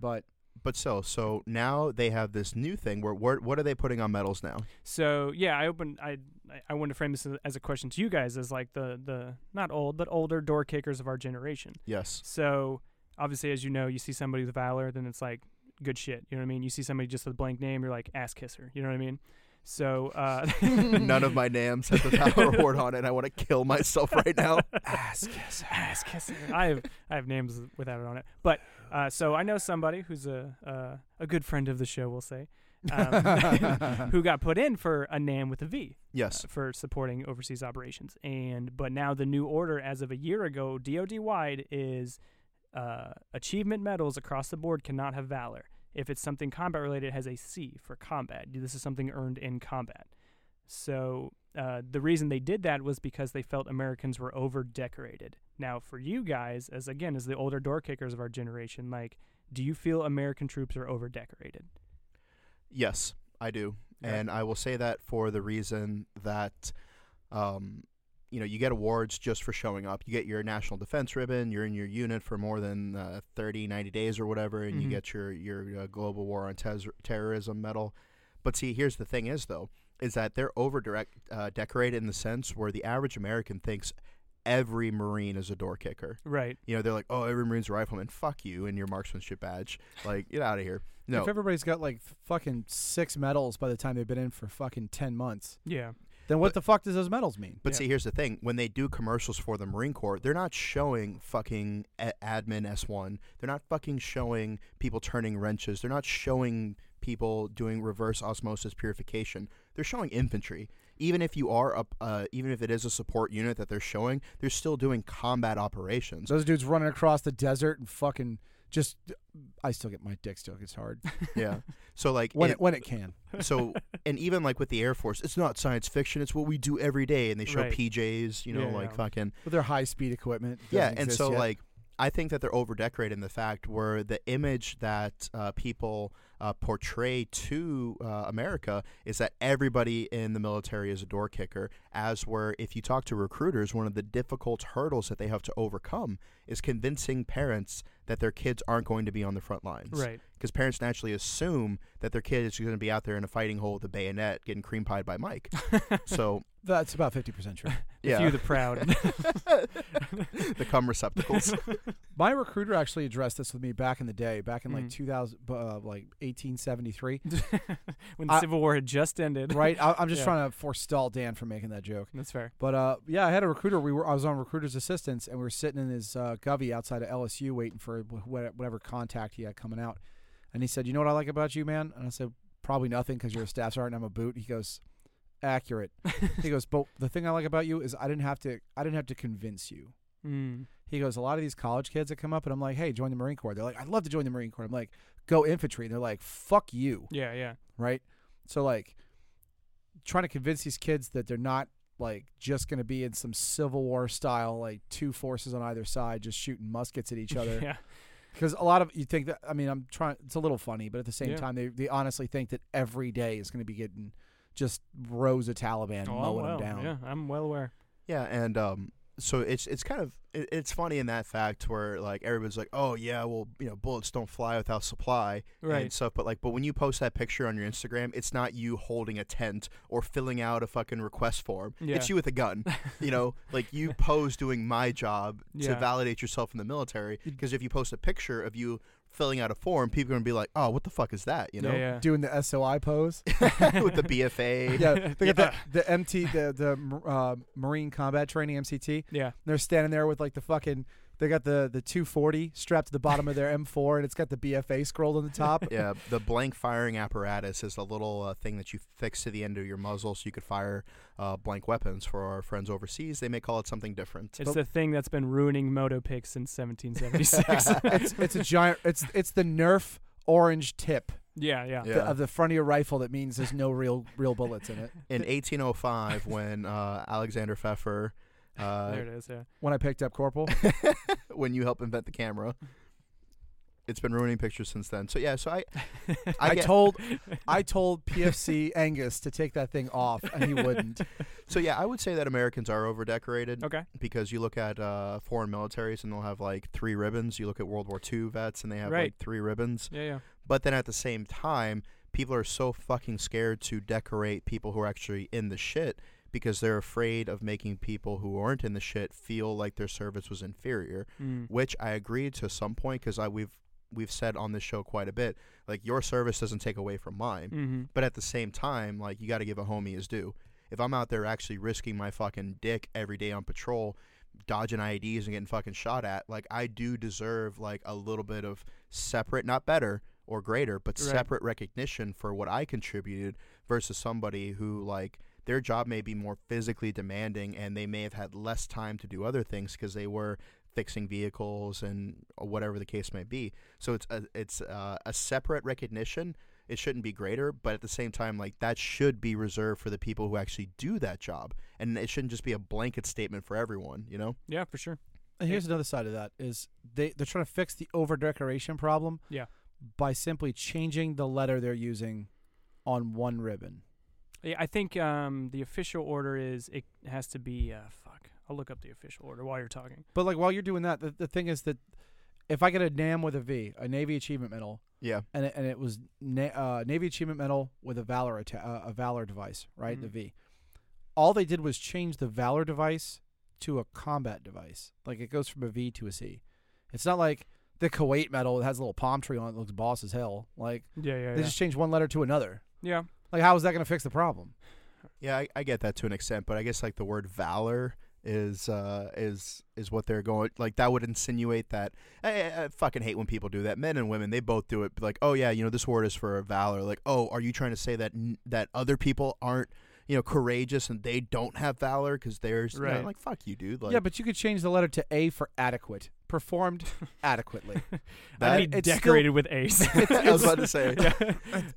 C: But
A: but so so now they have this new thing where where- what are they putting on medals now?
B: So yeah, I opened. I I- I wanted to frame this as- as a question to you guys, as like the the not old but older door kickers of our generation. [laughs]
A: Yes.
B: So obviously, as you know, you see somebody with valor, then it's like good shit. You know what I mean? You see somebody just with a blank name, you're like ass kisser. You know what I mean? So uh,
A: [laughs] None
B: [laughs]
A: of my nams has the power word on it. I want to kill myself right now.
C: Ass kisser.
B: ass kisser. I have I have names without it on it, but uh, so I know somebody who's a uh, a good friend of the show, we'll say,
A: [laughs]
C: [laughs]
B: um, [laughs] who got put in for a name with a V.
A: [laughs] Yes.
B: uh, for supporting overseas operations. And but now the new order, as of a year ago, DoD wide is uh, achievement medals across the board cannot have valor. If it's something combat related, it has a C for combat. This is something earned in combat. So uh, the reason they did that was because they felt Americans were over decorated. Now, for you guys, as again as the older door kickers of our generation, like, do you feel American troops are over decorated?
A: Yes, I do.
B: Yeah.
A: And I will say that for the reason that um you know, you get awards just for showing up. You get your National Defense Ribbon. You're in your unit for more than uh, 30, 90 days or whatever, and you
B: Mhm.
A: get your your uh, Global War on Tes- Terrorism medal. But see, here's the thing: is though, is that they're over direct uh, decorated in the sense where the average American thinks every Marine is a door kicker.
B: Right.
A: You know, they're like, oh, every Marine's a rifleman. Fuck you and your marksmanship badge. Like, get out of here. No,
C: If everybody's got like fucking six medals by the time they've been in for fucking ten months,
B: Yeah.
C: then what the fuck does those medals mean?
A: But
B: Yeah.
A: see, here's the thing: when they do commercials for the Marine Corps, they're not showing fucking a- admin S one. They're not fucking showing people turning wrenches. They're not showing people doing reverse osmosis purification. They're showing infantry. Even if you are up, uh, even if it is a support unit that they're showing, they're still doing combat
B: [laughs]
A: operations.
C: Those dudes running across the desert and fucking just. I still get my dick still gets
A: [laughs]
C: hard
A: yeah. So like,
C: when
A: it-
C: it, when it can.
A: so
B: [laughs]
A: and even like with the Air Force, it's not science fiction. It's what we do every day, and they show
B: Right.
A: PJs. You know,
B: Yeah,
A: like
B: yeah.
A: fucking
C: With their high speed equipment. that
A: yeah
C: doesn't
A: and
C: exist
A: so
C: yet.
A: like i think that they're over decorated in the fact where the image that uh, people uh, portray to uh, america is that everybody in the military is a door kicker as where if you talk to recruiters one of the difficult hurdles that they have to overcome is convincing parents that their kids aren't going to be on the front lines
B: Right.
A: because parents naturally assume that their kid is going to be out there in a fighting hole with a bayonet getting cream pied by
C: [laughs]
A: mike so
C: that's about fifty
A: [laughs]
C: percent true.
A: yeah
B: Few the
C: [laughs]
B: proud. [laughs]
A: [laughs] the cum receptacles
C: My recruiter actually addressed this with me back in the day, back in like
B: Mm.
C: two thousand, uh, like eighteen seventy
A: [laughs]
C: three.
B: when the
C: I-
B: Civil War had just ended.
C: Right, I, I'm just
B: Yeah.
C: trying to forestall Dan from making that joke.
B: That's fair.
C: But uh, yeah, I had a recruiter. We were I was on recruiter's assistance, and we were sitting in his uh, govy outside of LSU, waiting for wh- wh- whatever contact he had coming out. And he said, "You know what I like about you, man?" And I said, "Probably nothing, because you're a staff sergeant. I'm a boot." He goes, "Accurate." he goes,
B: [laughs]
C: "But the thing I like about you is I didn't have to I didn't have to convince you."
B: Mm.
C: He goes, a lot of these college kids that come up, and I'm like, hey, join the Marine Corps. They're like, I'd love to join the Marine Corps. I'm like, go infantry. And they're like, fuck you.
B: Yeah, yeah.
C: Right. So, like, trying to convince these kids that they're not, like, just going to be in some Civil War style, like, two forces on either side just shooting muskets at each other.
B: [laughs] Yeah.
C: Because a lot of you think that, I mean, I'm trying, it's a little funny, but at the same
B: Yeah.
C: time, they, they honestly think that every day is going to be getting just rows of Taliban
B: Oh, I'm
C: mowing
B: well.
C: them down.
B: Yeah, I'm well aware.
A: Yeah, and um, so it's it's kind of it, it's funny in that fact where like everybody's like, oh yeah, well you know bullets don't fly without supply and
B: Right.
A: stuff, but like but when you post that picture on your Instagram, it's not you holding a tent or filling out a fucking request form. It's
B: Yeah.
A: you with a gun. you know,
B: [laughs]
A: like you pose doing my job to
B: Yeah.
A: validate yourself in the military because if you post a picture of you filling out a form, people are gonna be like, oh, what the fuck is that? You know,
B: yeah, yeah.
C: Doing the SOI pose.
A: [laughs]
B: [laughs]
A: with the BFA.
C: yeah, they got
A: Yeah.
C: the, the MT, the the uh, Marine Combat Training MCT.
B: yeah.
C: They're standing there with like the fucking. They got the the 240 strapped to the bottom [laughs] of their M4, and it's got the BFA scrolled on the top.
A: yeah, the blank firing apparatus is a little uh, thing that you fix to the end of your muzzle so you could fire uh, blank weapons. For our friends overseas, they may call it something different.
B: It's the thing that's been ruining moto pics
C: [laughs]
B: since 1776.
C: [laughs]
B: [laughs]
C: it's it's a giant. It's it's the Nerf orange tip
B: yeah, yeah,
A: Yeah.
C: the- of the front of your rifle that means there's no real real bullets in it.
A: In
B: [laughs]
A: 1805, when uh, Alexander Pfeffer, uh,
B: There it is. Yeah.
C: When I picked up Corporal,
A: [laughs] when you helped invent the camera, it's been ruining pictures since then. So yeah, so
B: [laughs]
A: I, I,
C: [laughs] I
A: get-
C: [laughs] told I told PFC Angus to take that thing off, [laughs] and he wouldn't.
A: so yeah, I would say that Americans are overdecorated
B: [laughs] Okay.
A: because you look at uh, foreign militaries and they'll have like three ribbons. You look at World War II vets and they have
B: Right.
A: like three ribbons.
B: Yeah, yeah.
A: But then at the same time, people are so fucking scared to decorate people who are actually in the shit because they're afraid of making people who aren't in the shit feel like their service was inferior,
B: Mm.
A: which I agree to some point because I we've we've said on this show quite a bit like your service doesn't take away from mine.
B: Mm-hmm.
A: But at the same time, like you got to give a homie his due. If I'm out there actually risking my fucking dick every day on patrol, dodging IEDs and getting fucking shot at, like I do deserve like a little bit of separate, not better or greater, but
B: Right.
A: separate recognition for what I contributed versus somebody who like their job may be more physically demanding and they may have had less time to do other things because they were fixing vehicles and whatever the case may be. So it's a, it's uh, a separate recognition. It shouldn't be greater, but at the same time, like that should be reserved for the people who actually do that job, and it shouldn't just be a blanket statement for everyone. You know?
B: Yeah, for sure.
C: And here's another side of that is they they're trying to fix the overdecoration problem.
B: Yeah.
C: By simply changing the letter they're using on one ribbon.
B: Yeah, I think um, the official order is it has to be uh, fuck. I'll look up the official order while you're talking.
C: But like while you're doing that, the, the thing is that if I get a NAM with a V, a Navy Achievement Medal,
A: Yeah.
C: and it, and it was Na- uh, Navy Achievement Medal with a Valor atta- uh, a Valor device, right? The
A: Mm-hmm.
B: Mhm.
C: V. All they did was change the Valor device to a combat device. Like it goes from a V to a C. It's not like the Kuwait medal that has a little palm tree on it that looks boss as hell. Like
B: Yeah, yeah,
C: they just changed one letter to another.
B: yeah.
C: Like how is that going to fix the problem?
A: Yeah, I, I get that to an extent, but I guess like the word valor is uh is is what they're going like that would insinuate that I, I, I fucking hate when people do that men and women they both do it like oh yeah you know this word is for valor like oh are you trying to say that n- that other people aren't you know courageous and they don't have valor because theirs right
B: Right.
A: like fuck you dude like
C: yeah, but you could change the letter to A for adequate.
A: [laughs]
C: Performed adequately.
B: I
A: that,
B: need
C: it's still-
B: decorated with
C: [laughs]
B: [laughs] ace.
A: [laughs] I was about to say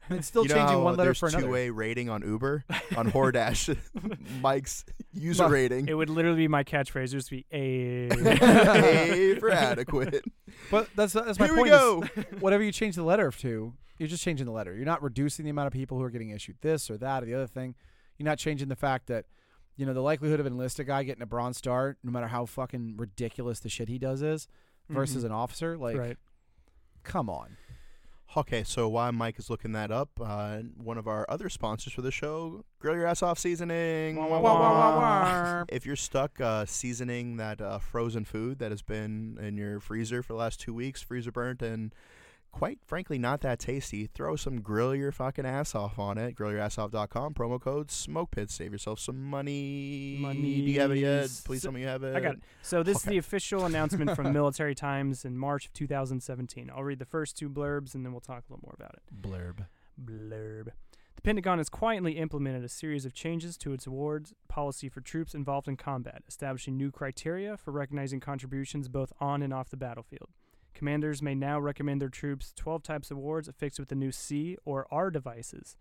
C: It's still
A: you know
C: changing
A: how
C: one letter
A: there's
C: for another.
A: two way rating on Uber on Hordash
C: [laughs]
A: Mike's user
C: My-
A: rating [laughs]
B: it
C: [laughs]
B: would literally be my catchphrase. It would just be ace.
A: A for adequate
C: But that's that's my
A: here
C: point.
A: we
C: is-
B: [laughs]
C: [laughs]
A: go.
C: whatever you change the letter to, you're just changing the letter. You're not reducing the amount of people who are getting issued this or that or the other thing. You're not changing the fact that, you know, the likelihood of an enlisted guy getting a bronze star, no matter how fucking ridiculous the shit he does is, [laughs] versus an officer. Like,
B: Mm-hmm. right.
C: come on.
A: Okay, so while Mike is looking that up, uh, one of our other sponsors for the show, Grill Your Ass Off Seasoning.
B: Wah, wah, wah, wah,
C: [laughs]
B: wah.
A: If you're stuck uh, seasoning that uh, frozen food that has been in your freezer for the last two weeks, freezer burnt, and quite frankly not that tasty, throw some Grill Your Fucking Ass Off on it. GrillYourAssOff.com, promo code SMOKEPIT. Save yourself some money. Do you have it yet?
B: Monies.
A: Please tell me you have it.
B: I got it. So this is
A: Okay.
B: the official announcement from Military Times in March of 2017. I'll read the first two blurbs and then we'll talk a little more about it.
C: Blurb.
B: Blurb. The Pentagon has quietly implemented a series of changes to its awards policy for troops involved in combat, establishing new criteria for recognizing contributions both on and off the battlefield. Commanders may now recommend their troops 12 types of awards affixed with the new C or R devices.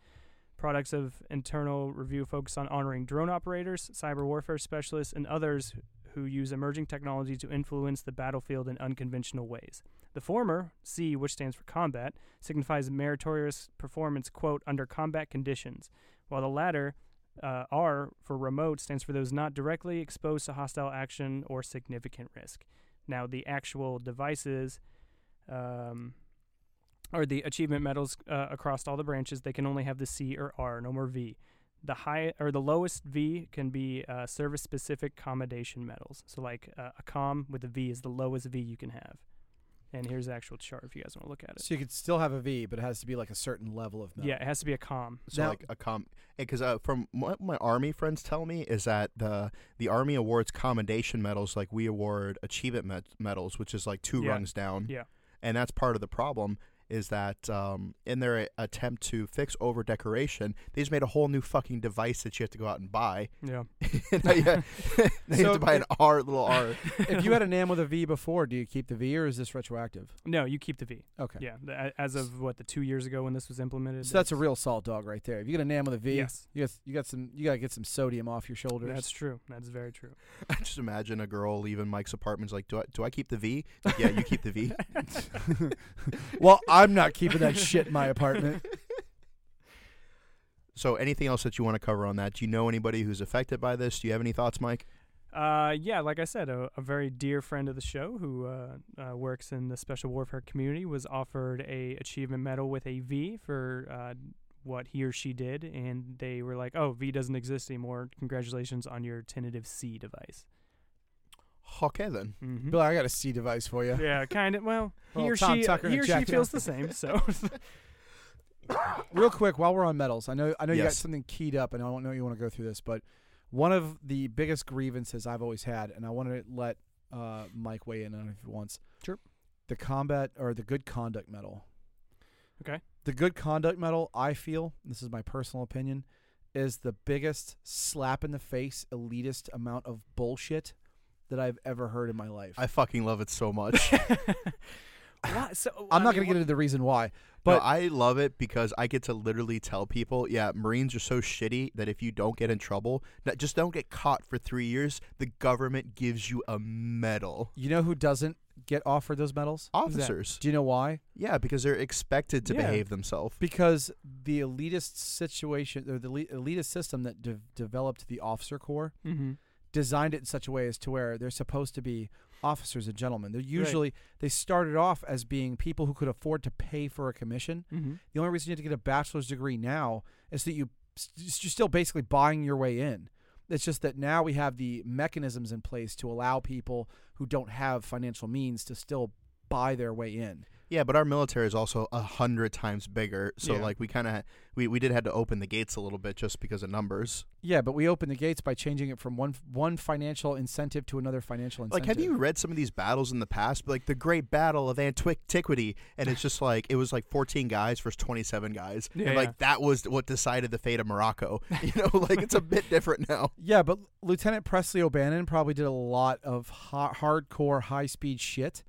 B: Products of internal review focus on honoring drone operators, cyber warfare specialists, and others who use emerging technology to influence the battlefield in unconventional ways. The former, C, which stands for combat, signifies meritorious performance, quote, under combat conditions, while the latter, uh, R, for remote, stands for those not directly exposed to hostile action or significant risk. Now, the actual devices um, or the achievement medals uh, across all the branches, they can only have the C or R, no more V. The high or the lowest V can be uh, service-specific commendation medals. So, like uh, a com with a V is the lowest V you can have. And here's the actual chart if you guys want to look at it.
C: So you could still have a V, but it has to be like a certain level of metal.
B: Yeah, it has to be a com.
A: So
C: Now-
A: like a com, because uh, from what my army friends tell me is that the the army awards commendation medals like we award achievement med- medals, which is like two
B: Yeah.
A: rungs down.
B: Yeah.
A: and that's part of the problem is that um, in their a- attempt to fix over decoration, they just made a whole new fucking device that you have to go out and buy. [laughs]
B: Yeah.
A: And now you, [laughs] now you
C: So
A: have to buy an R, little R.
C: if you had a name with a V before, do you keep the V or is this retroactive?
B: [laughs] No, you keep the V.
C: Okay.
B: Yeah. the- a- as of what the two years ago when this was implemented.
C: So that's a real salt dog right there. If you get a name with a V,
B: Yes.
C: you got you got some you gotta get some sodium off your shoulders.
B: That's true. That's very true.
A: I [laughs] just imagine a girl leaving Mike's apartment's like, do I do I keep the V? Like, yeah, you keep the V.
C: well, I'm not keeping that shit in my apartment. [laughs]
A: So anything else that you want to cover on that? Do you know anybody who's affected by this? Do you have any thoughts, Mike?
B: Uh, yeah, like I said, a, a very dear friend of the show who uh, uh, works in the special warfare community was offered a achievement medal with a V for uh, what he or she did, and they were like, "Oh, V doesn't exist anymore. Congratulations on your tentative C device."
A: Okay then.
B: Mhm.
C: Bill, I got a C device for you.
B: yeah, kind of. Well, he
C: Mm-hmm. Well,
B: or
C: Tom
B: she, uh,
C: Tucker
B: he
C: and
B: or she
C: Jack-
B: feels the same.
C: [laughs]
B: So, [laughs]
C: [coughs] Real quick, while we're on medals, I know I know you got
A: Yes.
C: something keyed up, and I don't know you want to go through this, but one of the biggest grievances I've always had, and I want to let uh, Mike weigh in on it if he wants.
B: Sure.
C: The combat or the good conduct medal.
B: Okay.
C: The good conduct medal, I feel, this is my personal opinion, is the biggest slap in the face, elitist amount of bullshit that I've ever heard in my life.
A: I fucking love it so
B: [laughs]
A: much.
B: What? So,
C: I'm
B: I mean,
C: not going to get into the reason why,
A: but
C: but
A: I love it because I get to literally tell people, yeah, Marines are so shitty that if you don't get in trouble, that just don't get caught for three years, the government gives you a medal.
C: you know who doesn't get offered those medals?
A: Officers.
C: Do you know why?
A: Yeah, because they're expected to
B: Yeah.
A: behave themselves.
C: Because the elitist situation or the le- elitist system that de- developed the officer corps
B: what- Mhm.
C: designed it in such a way as to where they're supposed to be officers and gentlemen. They're usually they started off as being people who could afford to pay for a commission.
B: Mhm.
C: The only reason you have to get a bachelor's degree now is that you s- you're still basically buying your way in. It's just that now we have the mechanisms in place to allow people who don't have financial means to still buy their way in.
A: Yeah, but our military is also a hundred times bigger, so
B: Yeah.
A: like we kind of we, we did had to open the gates a little bit just because of numbers.
C: Yeah, but we opened the gates by changing it from one one financial incentive to another financial
A: Like,
C: incentive.
A: have you read some of these battles in the past? Like the Great Battle of Antiquity, and it's just like it was like 14 guys versus 27 guys,
B: Yeah,
A: and
B: yeah.
A: like that was what decided the fate of
B: [laughs]
A: Morocco. [laughs] You know, like it's a bit different now.
C: Yeah, but Lieutenant Presley O'Bannon probably did a lot of ha- hardcore, high speed shit.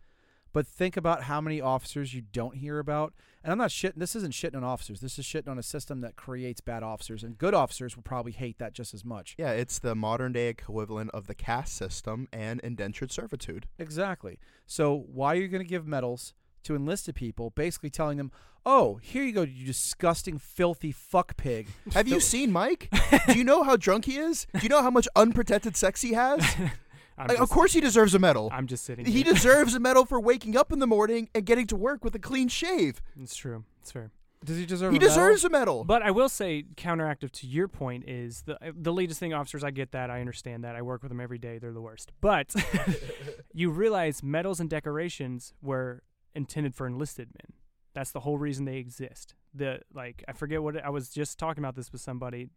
C: But think about how many officers you don't hear about. And I'm not shitting. This isn't shitting on officers. This is shitting on a system that creates bad officers. And good officers will probably hate that just as much.
A: Yeah, it's the modern day equivalent of the caste system and indentured servitude.
C: Exactly. So why are you going to give medals to enlisted people, basically telling them, "Oh, here you go, you disgusting, filthy fuck pig."
A: Have
B: [laughs]
A: you seen Mike? Do you know how drunk he is? Do you know how much unprotected sex he has?
B: [laughs] I'm,
A: Like,
B: just,
A: of course, he deserves a medal.
B: I'm just sitting.
A: He
B: here.
A: deserves a medal for waking up in the morning and getting to work with a clean shave.
B: It's true. It's fair.
C: Does he deserve?
A: He
C: a medal?
A: deserves a medal.
B: But I will say, counteractive to your point is the uh, the latest thing officers. I get that. I understand that. I work with them every day. They're the worst. But [laughs] you realize medals and decorations were intended for enlisted men. That's the whole reason they exist. The like I forget what it- I was just talking about this with somebody.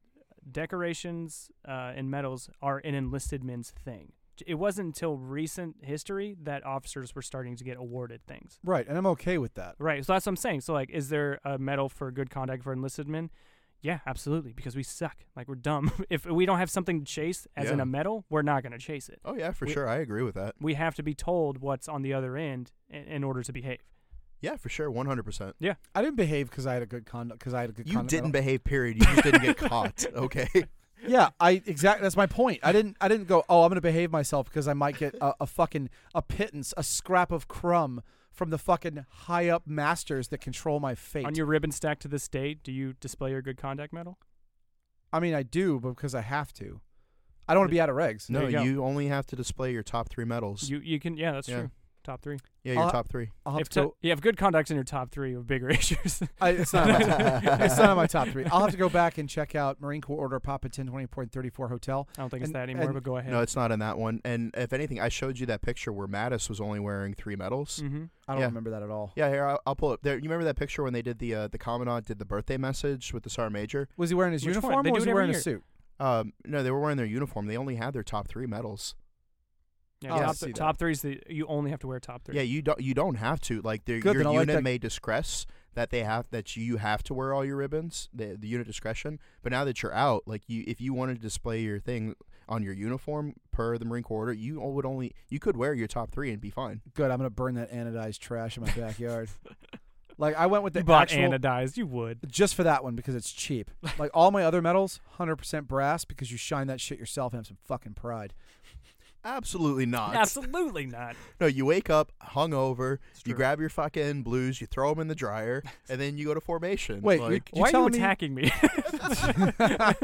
B: Decorations uh, and medals are an enlisted men's thing. It wasn't until recent history that officers were starting to get awarded things.
C: Right, and I'm okay with that.
B: Right. So that's what I'm saying. So like, is there a medal for good conduct for enlisted men? Yeah, absolutely. Because we suck. Like we're dumb. [laughs] if we don't have something to chase, as in
A: Yeah.
B: a medal, we're not going to chase it.
A: oh yeah, for
B: We-
A: sure. I agree with that.
B: We have to be told what's on the other end in, in order to behave.
A: Yeah, for sure. 100%.
C: I didn't behave because I had a good conduct. Because I had a good.
A: You
C: conduct medal.
A: didn't behave, period. You just didn't get
B: [laughs]
A: caught. Okay.
C: Yeah, I exactly. That's my point. I didn't. I didn't go. Oh, I'm gonna behave myself because I might get a, a fucking a pittance, a scrap of crumb from the fucking high up masters that control my fate.
B: On your ribbon stack to this day, do you display your good conduct medal?
C: I mean, I do, but because I have to. I don't want to be out of regs.
A: No,
B: you go.
A: you, only have to display your top three medals.
B: You you can. Yeah, that's
A: Yeah.
B: true. Top three.
A: yeah, your
C: Uh,
A: top three.
C: I'll have
B: if
C: to go.
B: you have good conducts in your top three of bigger [laughs] issues.
C: I, it's not. on my
B: [laughs]
C: top, it's not on my top three. I'll have to go back and check out Marine Corps Order Papa 1020.34 Hotel.
B: I don't think it's
C: And-
B: that anymore.
C: and-
B: but go ahead.
A: No, it's not in that one. And if anything, I showed you that picture where Mattis was only wearing three medals.
B: mm-hmm.
C: I don't
A: Yeah.
C: remember that at all.
A: Yeah, here I'll, I'll pull up. There, you remember that picture when they did the uh, the commandant did the birthday message with the sergeant major?
C: Was he wearing his
B: Which one?
C: uniform
B: They do
C: or was
B: it
C: he
B: every
C: wearing a
B: year.
C: suit?
A: Um, no, they were wearing their uniform. They only had their top three medals.
B: Yeah,
C: Oh, I
B: top,
C: see that.
B: top three is the you only have to wear top three.
A: Yeah, you don't you don't have to like their,
C: Good,
A: your
C: then I like
A: unit
C: that.
A: may discress that they have that you have to wear all your ribbons the, the unit discretion. But now that you're out, like you if you wanted to display your thing on your uniform per the Marine Corps order, you all would only you could wear your top three and be fine.
C: Good. I'm gonna burn that anodized trash in my backyard.
B: [laughs]
C: like I went with the
B: you bought
C: actual.
B: anodized. You would.
C: just for that one because it's
B: [laughs]
C: cheap. Like all my other medals, 100% brass because you shine that shit yourself and have some fucking pride.
A: Absolutely not.
B: Absolutely not.
A: No, you wake up hungover, you
B: true.
A: grab your fucking blues, you throw them in the
C: [laughs]
A: dryer, and then you go to formation.
C: Wait, you're-
A: like,
C: You
B: Why are you
C: telling me-
B: attacking me?
C: [laughs]
B: I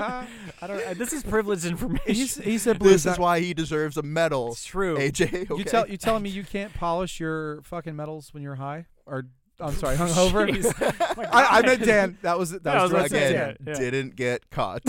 B: don't. I, [laughs] this [laughs] is privileged information.
C: He's, he said blues.
A: this is why he deserves a medal.
B: it's true.
A: AJ, okay.
C: You tell you telling me you can't polish your fucking metals when you're high or
A: [laughs]
B: [laughs]
C: I'm sorry, hungover.
B: Jeez. My
C: I, I meant
B: God.
C: Dan. That was that
B: Yeah, I
C: was
B: was
C: directed at
A: again,
B: say,
C: Dan.
B: yeah, yeah.
A: didn't get caught.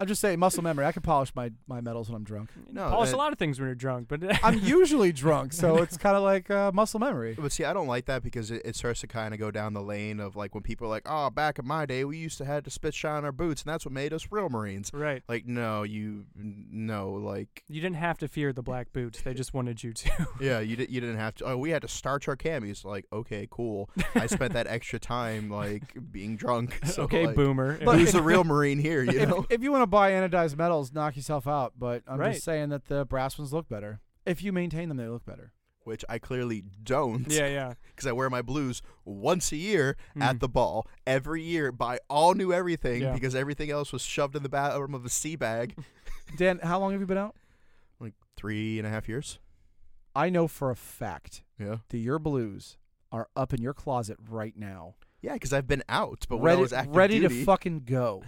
C: I'm just saying muscle memory. I can polish my my metals when I'm drunk.
A: No,
B: polish
A: that-
B: a lot of things when you're drunk, but [laughs]
C: I'm usually drunk, so it's kind of like uh, muscle memory.
A: But see, I don't like that because it, it starts to kind of go down the lane of like when people are like, "Oh, back in my day, we used to had to spit shine our boots, and that's what made us real Marines."
B: right.
A: Like, no, you n- no, [laughs] like,
B: You didn't have to fear the black boots. They just wanted you to.
A: yeah, you di- you didn't have to. Oh, we had to starch our camis. Like, okay, cool. I spent
B: [laughs]
A: that extra time like being [laughs] drunk. So,
B: okay,
A: like, [laughs]
B: boomer.
C: But-
A: Who's the real Marine here? You [laughs]
C: If,
A: know.
C: if you want to buy anodized metals, knock yourself out. But I'm
B: Right.
C: just saying that the brass ones look better. If you maintain them, they look better.
A: Which I clearly don't
B: [laughs] yeah, yeah.
A: because I wear my blues once a year [laughs]
B: Mm.
A: at the ball every year. Buy all new everything
B: Yeah.
A: because everything else was shoved in the bottom of a sea bag.
C: Dan, how long have you been out?
A: Like three and a half years.
C: I know for a fact
A: Yeah.
C: that your blues are up in your closet right now,
A: Yeah, because I've been out, but when
C: ready,
A: I was active
C: ready
A: duty,
C: to fucking go.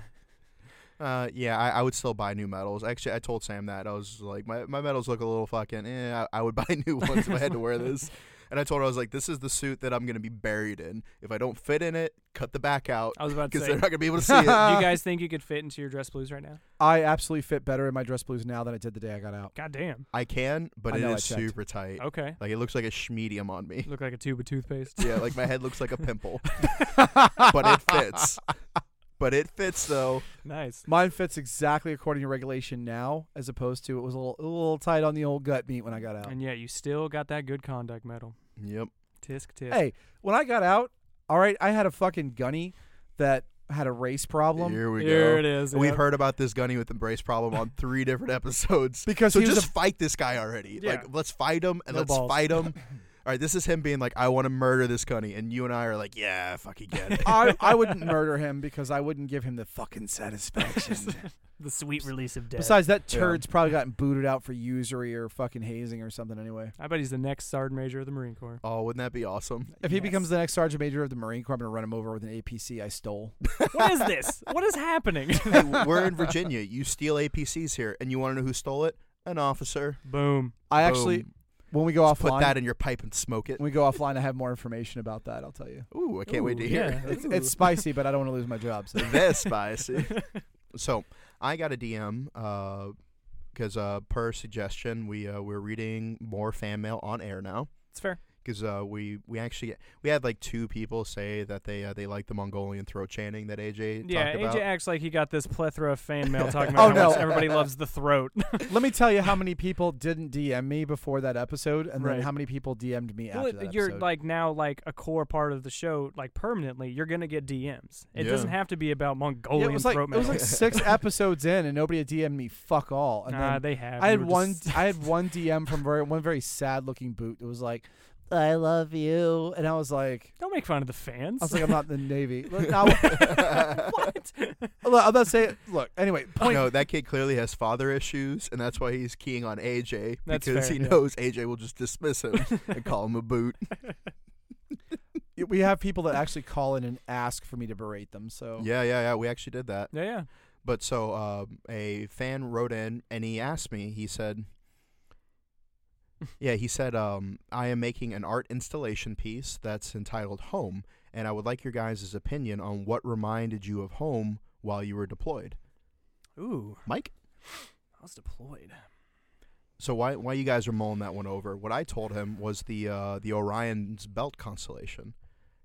A: uh, yeah, I, I would still buy new medals. Actually, I told Sam that I was just like, my my medals look a little fucking. Eh, I, I would [laughs] buy new ones if I had to wear
C: [laughs]
A: this. And I told her I was like, this is the suit that I'm gonna be buried in. If I don't fit in it, cut the back out
B: I was about to
A: because
B: say.
A: they're [laughs] Ah.
B: Do
A: not gonna be able
C: [laughs]
A: to see it.
B: you guys think you could fit into your dress blues right now?
C: I absolutely fit better in my dress blues now than I did the day I got out.
B: God damn.
A: I can, but
C: I
A: it
C: know, I
A: is
C: checked.
A: super tight.
B: Okay.
A: Like it looks like a schmedium on
C: [laughs]
A: me. [laughs]
B: Look like a tube of toothpaste. [laughs]
A: yeah, like my head looks like a pimple, but it
C: [laughs]
A: fits. But it fits though.
B: nice.
C: Mine fits exactly according to regulation now, as opposed to it was a little, a little tight on the old gut meat when I got out.
B: And yet you still got that good conduct medal.
A: Yep.
B: Tisk tisk.
C: Hey, when I got out, all right, I had a fucking gunny that had a race problem
A: Here we
B: Here
A: go.
B: it is.
A: And We've
B: yep.
A: heard about this gunny with the brace problem on three different episodes.
C: [laughs] because
A: So
C: he was
A: just fight this guy already.
B: Yeah.
A: Like let's fight him and
B: No
A: let's
B: balls.
A: fight him. All right, this is him being like, I want to murder this gunny, and you and I are like, yeah, fucking get
C: [laughs]
A: it.
C: a, I,
A: [laughs]
C: I wouldn't murder him because I wouldn't give him the fucking satisfaction.
A: [laughs]
B: the sweet release of death.
C: Besides, that
A: Yeah.
C: turd's probably gotten booted out for usury or fucking hazing or something anyway.
B: I bet he's the next sergeant major of the Marine Corps.
A: oh, wouldn't that be awesome?
C: If he becomes the next sergeant major of the Marine Corps, I'm gonna run him over with an APC I stole.
B: what is this? What is
C: [laughs]
B: happening?
A: Hey, we're in Virginia. You steal APCs here, and you want to know who stole it? An officer.
B: [laughs] Boom.
C: I actually,
A: Boom.
C: when we go
A: Just
C: offline,
A: put that in your pipe and smoke it.
C: when we go offline, I have more information about that. I'll tell you.
A: Ooh, I can't wait
B: Ooh,
A: to hear.
B: yeah.
C: It's,
B: Ooh.
C: it's spicy, but I don't want to lose my job.
B: [laughs]
C: So.
A: That's spicy. so I got a DM because uh, per suggestion, we uh, we're reading more fan mail on air now.
B: It's fair.
A: because uh, we we actually we had like two people say that they uh, they like the Mongolian throat chanting that AJ
B: Yeah,
A: talked
B: AJ
A: about.
B: acts like he got this plethora of fan
C: [laughs]
B: mail talking about
C: Oh,
B: how much
C: no.
B: everybody loves the throat.
C: Let me tell you how many people didn't DM me before that episode, and then
B: Right.
C: how many people DM'd me
B: Well,
C: [laughs] after that
B: you're
C: episode.
B: like now like a core part of the show, like permanently. You're gonna get DMs. It
A: Yeah.
B: doesn't have to be about Mongolian
C: yeah, it was like
B: throat
C: it was
B: metal. [laughs]
C: like six episodes in, and nobody had DM'd me fuck all. And
B: nah,
C: then
B: they have.
C: I
B: You
C: had
B: were
C: one
B: just-
C: I had one DM from very one very sad looking boot. It was like, "I love you," and I was like,
B: [laughs] Don't make fun of the fans. [laughs]
C: I was like, "I'm not in the navy." Look, I, [laughs]
B: what?
C: look, I'm not saying. Look, anyway, point.
A: No, that kid clearly has father issues, and that's why he's keying on AJ
B: That's
A: because
B: fair,
A: he
B: yeah.
A: knows AJ will just dismiss him and call him a
B: [laughs]
A: boot.
C: We have people that actually call in and ask for me to berate them. So
A: Yeah, yeah, yeah. We actually did that.
B: yeah, yeah.
A: But so um, a fan wrote in and he asked me. He said, "Yeah, he said um, I am making an art installation piece that's entitled Home, and I would like your guys' opinion on what reminded you of home while you were deployed."
B: Ooh,
A: Mike,
B: I was deployed.
A: so why why you guys are mulling that one over? What I told him was the uh, the Orion's Belt constellation,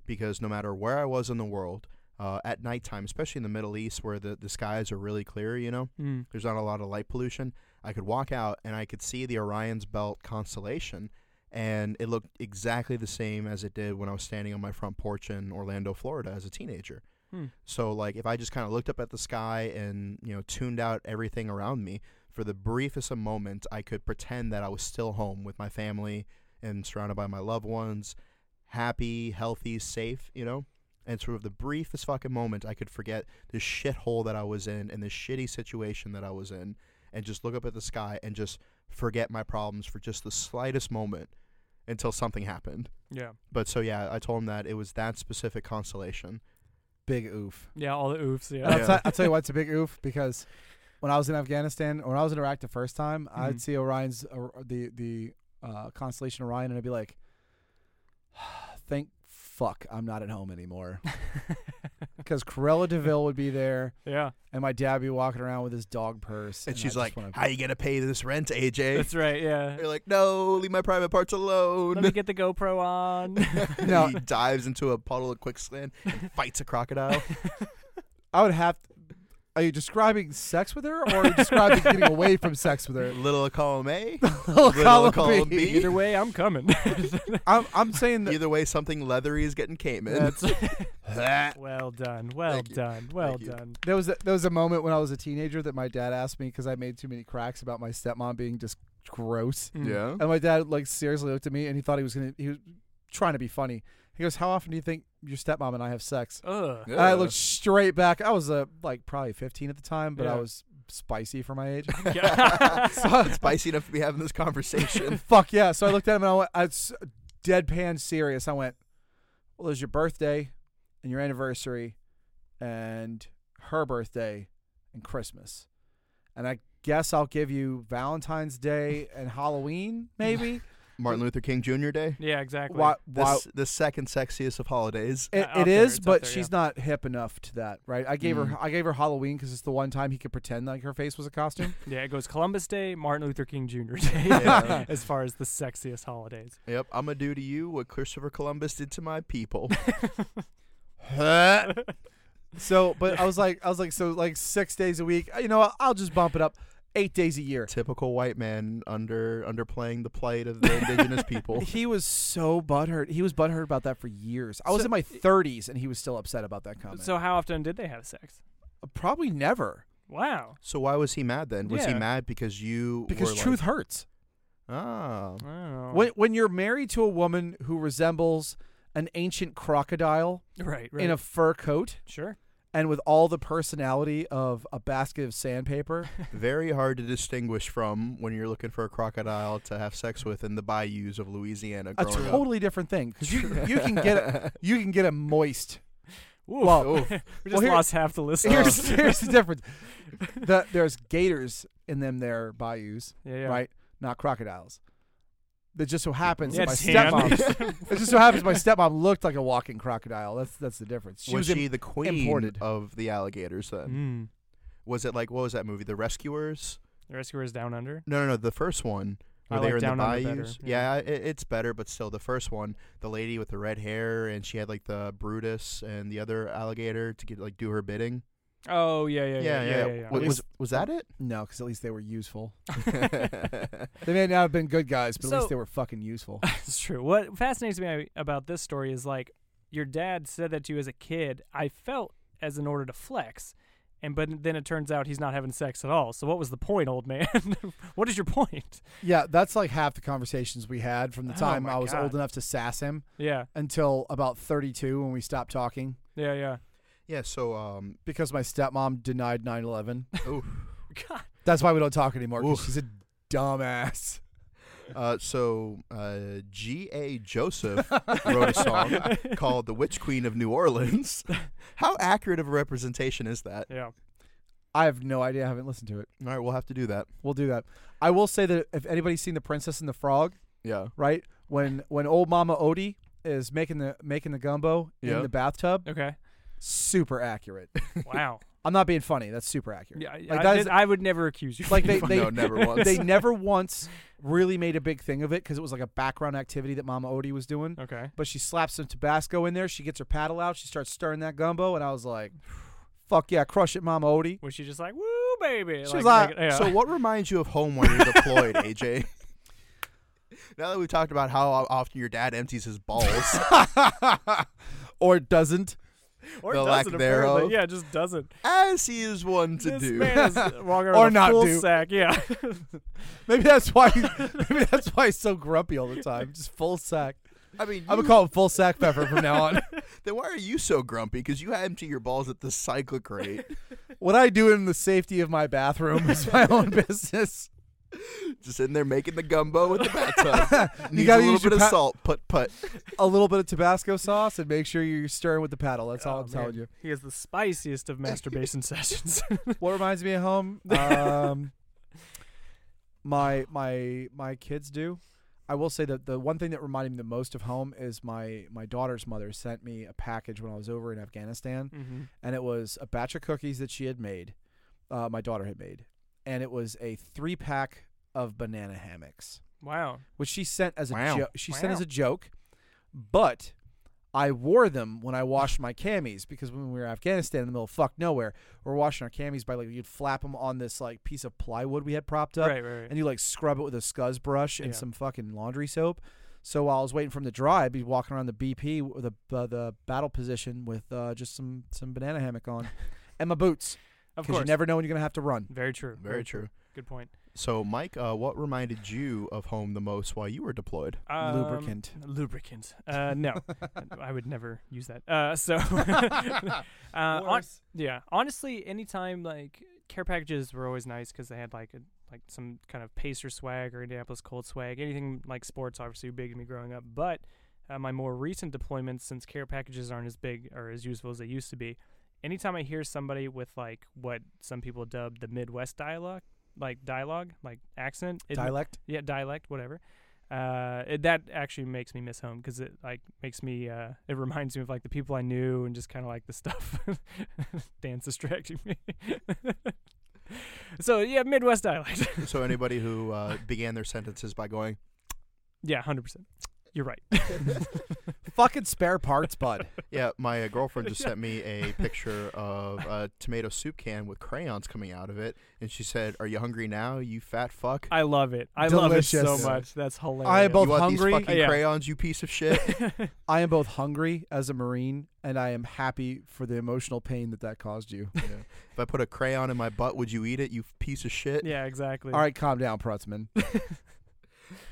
A: because no matter where I was in the world, uh, at nighttime, especially in the Middle East where the, the skies are really clear, you know,
C: Hmm.
B: Mm.
A: there's not a lot of light pollution. I could walk out and I could see the Orion's Belt constellation, and it looked exactly the same as it did when I was standing on my front porch in Orlando, Florida, as a teenager.
B: Hmm.
A: So, like, if I just kind of looked up at the sky and you know tuned out everything around me for the briefest of moment, I could pretend that I was still home with my family and surrounded by my loved ones, happy, healthy, safe. You know. And sort of the briefest fucking moment, I could forget the shithole that I was in and the shitty situation that I was in, and just look up at the sky and just forget my problems for just the slightest moment until something happened.
B: Yeah.
A: But so yeah, I told him that it was that specific constellation.
C: Big oof.
B: Yeah. All the oofs. Yeah.
C: [laughs]
A: Yeah.
C: I'll, t-
A: [laughs]
C: I'll tell you why it's a big oof because when I was in Afghanistan, when I was in Iraq the first time,
B: Mhm.
A: Mm-hmm.
C: I'd see Orion's or the the uh, constellation Orion, and I'd be like, [sighs] "Thank fuck, I'm not at
A: [laughs]
C: home anymore." Because Corella Deville would be there,
B: yeah.
C: and my dad would be walking around with his dog purse,
A: And,
C: I
A: she's
C: just
A: like,
C: wanna-
A: "How you gonna pay this rent,
C: [laughs]
A: AJ?"
B: That's right.
A: [laughs]
B: Yeah.
A: You're like, "No, leave my private parts
B: Let
A: alone." [laughs]
B: me get the GoPro on.
C: No.
A: he dives into a puddle of quicksand and fights a
C: [laughs]
A: crocodile.
C: "I would have." are you describing sex with her, or are you describing
A: [laughs]
C: getting away from sex with her?
A: Little column eh? A,
C: Little column
A: column
C: B.
A: B.
B: Either way, I'm coming.
C: [laughs]
B: [laughs]
C: I'm, I'm saying that
A: Either way, something leathery is getting Cayman. [laughs]
B: That's
C: [laughs]
B: well done. Well
A: Thank you.
B: done. Well
A: Thank you.
B: done.
C: There was a, there was a moment when I was a teenager that my dad asked me because I made too many cracks about my stepmom being just gross,
B: Mm.
C: and my dad like seriously looked at me and he thought he was gonna he was trying to be funny. He goes, "How often do you think your stepmom and I have sex?"
B: Ugh.
A: Yeah.
C: And I looked straight back. I was uh, like probably 15 at the time, but I
B: Yeah.
C: was spicy for my age.
A: [laughs]
B: Yeah.
C: [laughs] So-
A: Spicy enough to be having this
C: [laughs]
A: conversation.
C: Fuck yeah! So I looked at him and I went, I was deadpan serious. I went, "Well, there's your birthday and your anniversary, and her birthday and Christmas, and I guess I'll give you Valentine's Day and
B: [laughs]
C: Halloween, maybe."
A: Martin Luther King Jr. Day.
B: yeah. Exactly.
C: why?
A: The,
C: Why?
A: s- the second sexiest of holidays.
C: It,
B: Out
C: it
B: there,
C: is,
B: it's out
C: but
B: there,
C: she's
B: yeah.
C: not hip enough to that, right? I gave
A: Mm.
C: her I gave her Halloween because it's the one time he could pretend like her face was
B: [laughs]
C: a costume.
B: Yeah. It goes Columbus Day, Martin Luther King [laughs] Jr. Day.
A: Yeah.
B: as far as the sexiest holidays.
A: Yep, I'm gonna do to you what Christopher Columbus did to my people.
C: Uh, so, but I was like, I was like, so like six days a week. You know, what? I'll just bump it up, eight days a year.
A: Typical white man under underplaying the plight of the indigenous people.
C: He was so butthurt. He was butthurt about that for years. I was
B: So-
C: in my 30s and he was still upset about that
B: [laughs]
C: comment. Uh,
B: So how often did they have sex?
C: probably never
B: Wow.
A: So why was he mad then? Was he
B: Yeah.
A: mad because you
C: because
A: were
C: truth hurts.
A: Like, oh,
B: Oh.
C: When when you're married to a woman who resembles an ancient crocodile
B: right. Right.
C: in a fur coat
B: sure.
C: and with all the personality of a basket of sandpaper,
B: [laughs]
A: very hard to distinguish from when you're looking for a crocodile to have sex with in the bayous of Louisiana.
C: a
A: Growing
C: totally different thing cuz you
B: [laughs]
C: you can get a, you can get a moist.
B: Oof.
C: Well,
A: Oof.
B: [laughs] we just
C: Well, here-
B: lost half the listeners. [laughs]
C: here's, here's the difference. The, there's gators in them there bayous.
B: yeah, yeah.
C: right? Not crocodiles. That just so happens
B: Yeah,
C: that my
B: it's him. [laughs]
C: stepmom. it just so happens my stepmom looked like a walking crocodile. That's that's the difference. She
A: was
C: was in-
A: she the queen
C: imported.
A: of the alligators then?
B: Mm.
A: Was it like what was that movie? The Rescuers?
B: The rescuers down under.
A: No, no, no. The first one
B: I
A: where they
B: like
A: were in the
B: Down Under
A: bayous.
B: better,
A: yeah, i it's better, but still, the first one, the lady with the red hair, and she had like the Brutus and the other alligator to get like do her bidding.
B: Oh yeah, yeah, yeah, yeah, yeah. yeah,
A: Wa- Was, was that
C: [laughs]
A: it? [laughs]
C: no, because at least they were useful. They may not have been good guys, but at
B: So-
C: least they were
B: [laughs]
C: fucking useful.
B: It's true. What fascinates me about this story is like your dad said that to you as a kid. I felt as an order to flex, and but then it turns out he's not having sex at all. So what was the point, old man? [laughs] what is your point?
C: yeah, that's like half the conversations we had from the
B: Oh
C: time
B: my
C: I was
B: God.
C: old enough to sass him
B: Yeah,
C: until about 32 when we stopped talking
B: yeah, yeah.
A: yeah. So, um,
C: because my stepmom
B: [laughs]
C: denied 9/11.
A: oof.
B: God.
C: That's why we don't talk anymore. 'cause
A: Oof.
C: She's a dumbass.
A: uh, so uh, G. A.
C: [laughs]
A: Joseph wrote a song called "The Witch Queen of New Orleans." [laughs] How accurate of a representation is that?
B: Yeah.
C: I have no idea. I haven't listened to it.
A: All right, we'll have to do that.
C: We'll do that. I will say that if anybody's seen The Princess and the Frog,
A: Yeah.
C: right? When when old Mama Odie is making the making the gumbo
A: Yeah.
C: in the bathtub, [laughs]
B: Okay.
C: super accurate.
B: Wow.
C: I'm not being funny. That's super accurate.
B: Yeah.
C: Like,
B: I,
C: that
B: did-
C: is-
B: I would never accuse you. of
C: Like,
B: being
C: [laughs] they-
A: [laughs] no,
C: [laughs]
A: never once.
C: They never once really made a big thing of it because it was like a background activity that Mama Odie was doing.
B: funny. [laughs] okay.
C: But she slaps some Tabasco in there. She gets her paddle out. She starts stirring that gumbo, and I was like, "Fuck yeah, crush it, Mama Odie." [laughs]
B: Was she just like woo baby?
C: She was like,
B: yeah.
A: So, what reminds you of home when you're deployed,
C: [laughs]
A: AJ? Now that we've talked about how o- often your dad empties his
C: [laughs]
A: balls,
C: or doesn't.
B: [laughs] or
A: the lack
B: doesn't apparently.
A: thereov.
B: Yeah, just
C: [laughs]
B: doesn't.
A: as he is one to
B: this
A: do.
B: man is walking around
C: Or
B: with a
C: not
B: full
C: do.
B: sack. Yeah. [laughs]
C: Maybe that's why. maybe that's why he's so grumpy all the time. Just full sack.
A: I mean,
C: I'm
A: you,
C: gonna call him full sack pepper from now on.
A: Then why are you so grumpy? Because you empty your balls at the cyclic rate.
C: [laughs] What I do in the safety of my bathroom is my [laughs] own business.
A: Just in there making the gumbo with the bathtub.
C: [laughs] You
A: Needs a
C: gotta
A: little
C: use your
A: bit of
C: pa-
A: salt. Put put.
C: A little bit of Tabasco sauce and make sure you're stirring with the paddle. That's all I'm telling you.
B: He is the spiciest of masturbation [laughs] sessions.
C: What reminds me of [laughs] home? Um, my my my kids do. I will say that the one thing that reminded me the most of home is my my daughter's mother sent me a package when I was over in Afghanistan,
B: mm-hmm.
C: and it was a batch of cookies that she had made, uh, my daughter had made, and it was a three pack of banana hammocks.
B: Wow.
C: which she sent as a
A: Wow.
C: jo- she sent as
B: Wow.
C: a joke, but I wore them when I washed my camis because when we were in Afghanistan in the middle of fuck nowhere, we are washing our camis by like you'd flap them on this like piece of plywood we had propped up,
B: right, right, right.
C: and you like scrub it with a scuzz brush and
B: Yeah.
C: some fucking laundry soap. So while I was waiting for him to dry, I'd be walking around the BP with the uh, the battle position with uh, just some some banana
B: [laughs]
C: hammock on, and my boots
B: Of
C: because
B: course.
C: you never know when you're gonna have to run.
B: Very true.
A: Very true.
B: Good point.
A: So, Mike, uh, what reminded you of home the most while you were deployed?
B: Um,
C: Lubricant.
B: Lubricant. Uh,
C: [laughs]
B: no, I would never use that. Uh, so, [laughs] uh, hon-
C: Worse.
B: yeah, honestly, anytime like care packages were always nice because they had like a, like some kind of pacer swag or Indianapolis Cold swag. Anything like sports, obviously, big to me growing up. But uh, my more recent deployments, since care packages aren't as big or as useful as they used to be, anytime I hear somebody with like what some people dub the Midwest dialogue, like dialogue, like accent, it, [laughs]
C: dialect.
B: yeah dialect whatever uh it, that actually makes me miss home because it like makes me uh it reminds me of like the people i knew and just kind of like the stuff [laughs] dan's distracting me [laughs] so yeah midwest dialect [laughs]
A: so, anybody who
C: [laughs]
A: uh, began their sentences by going,
B: yeah 100% you're right [laughs]
C: Fucking spare parts, bud. [laughs]
A: "Yeah, my uh, girlfriend just sent me a picture of a tomato soup can with crayons coming out of it," and she said, "Are you hungry now, you fat fuck?
B: i love it i love it
C: Delicious.
B: so much that's hilarious
C: I both
A: you want
C: hungry?
A: these fucking
B: Yeah.
A: crayons, you piece of
C: [laughs]
A: shit."
C: I am both hungry as a Marine and I am happy for the emotional pain that that caused you.
A: If I put a crayon in my butt, would you eat it, you piece of shit?
B: [laughs] yeah exactly
C: All right, calm down,
B: [laughs]
C: Prutzman.
A: That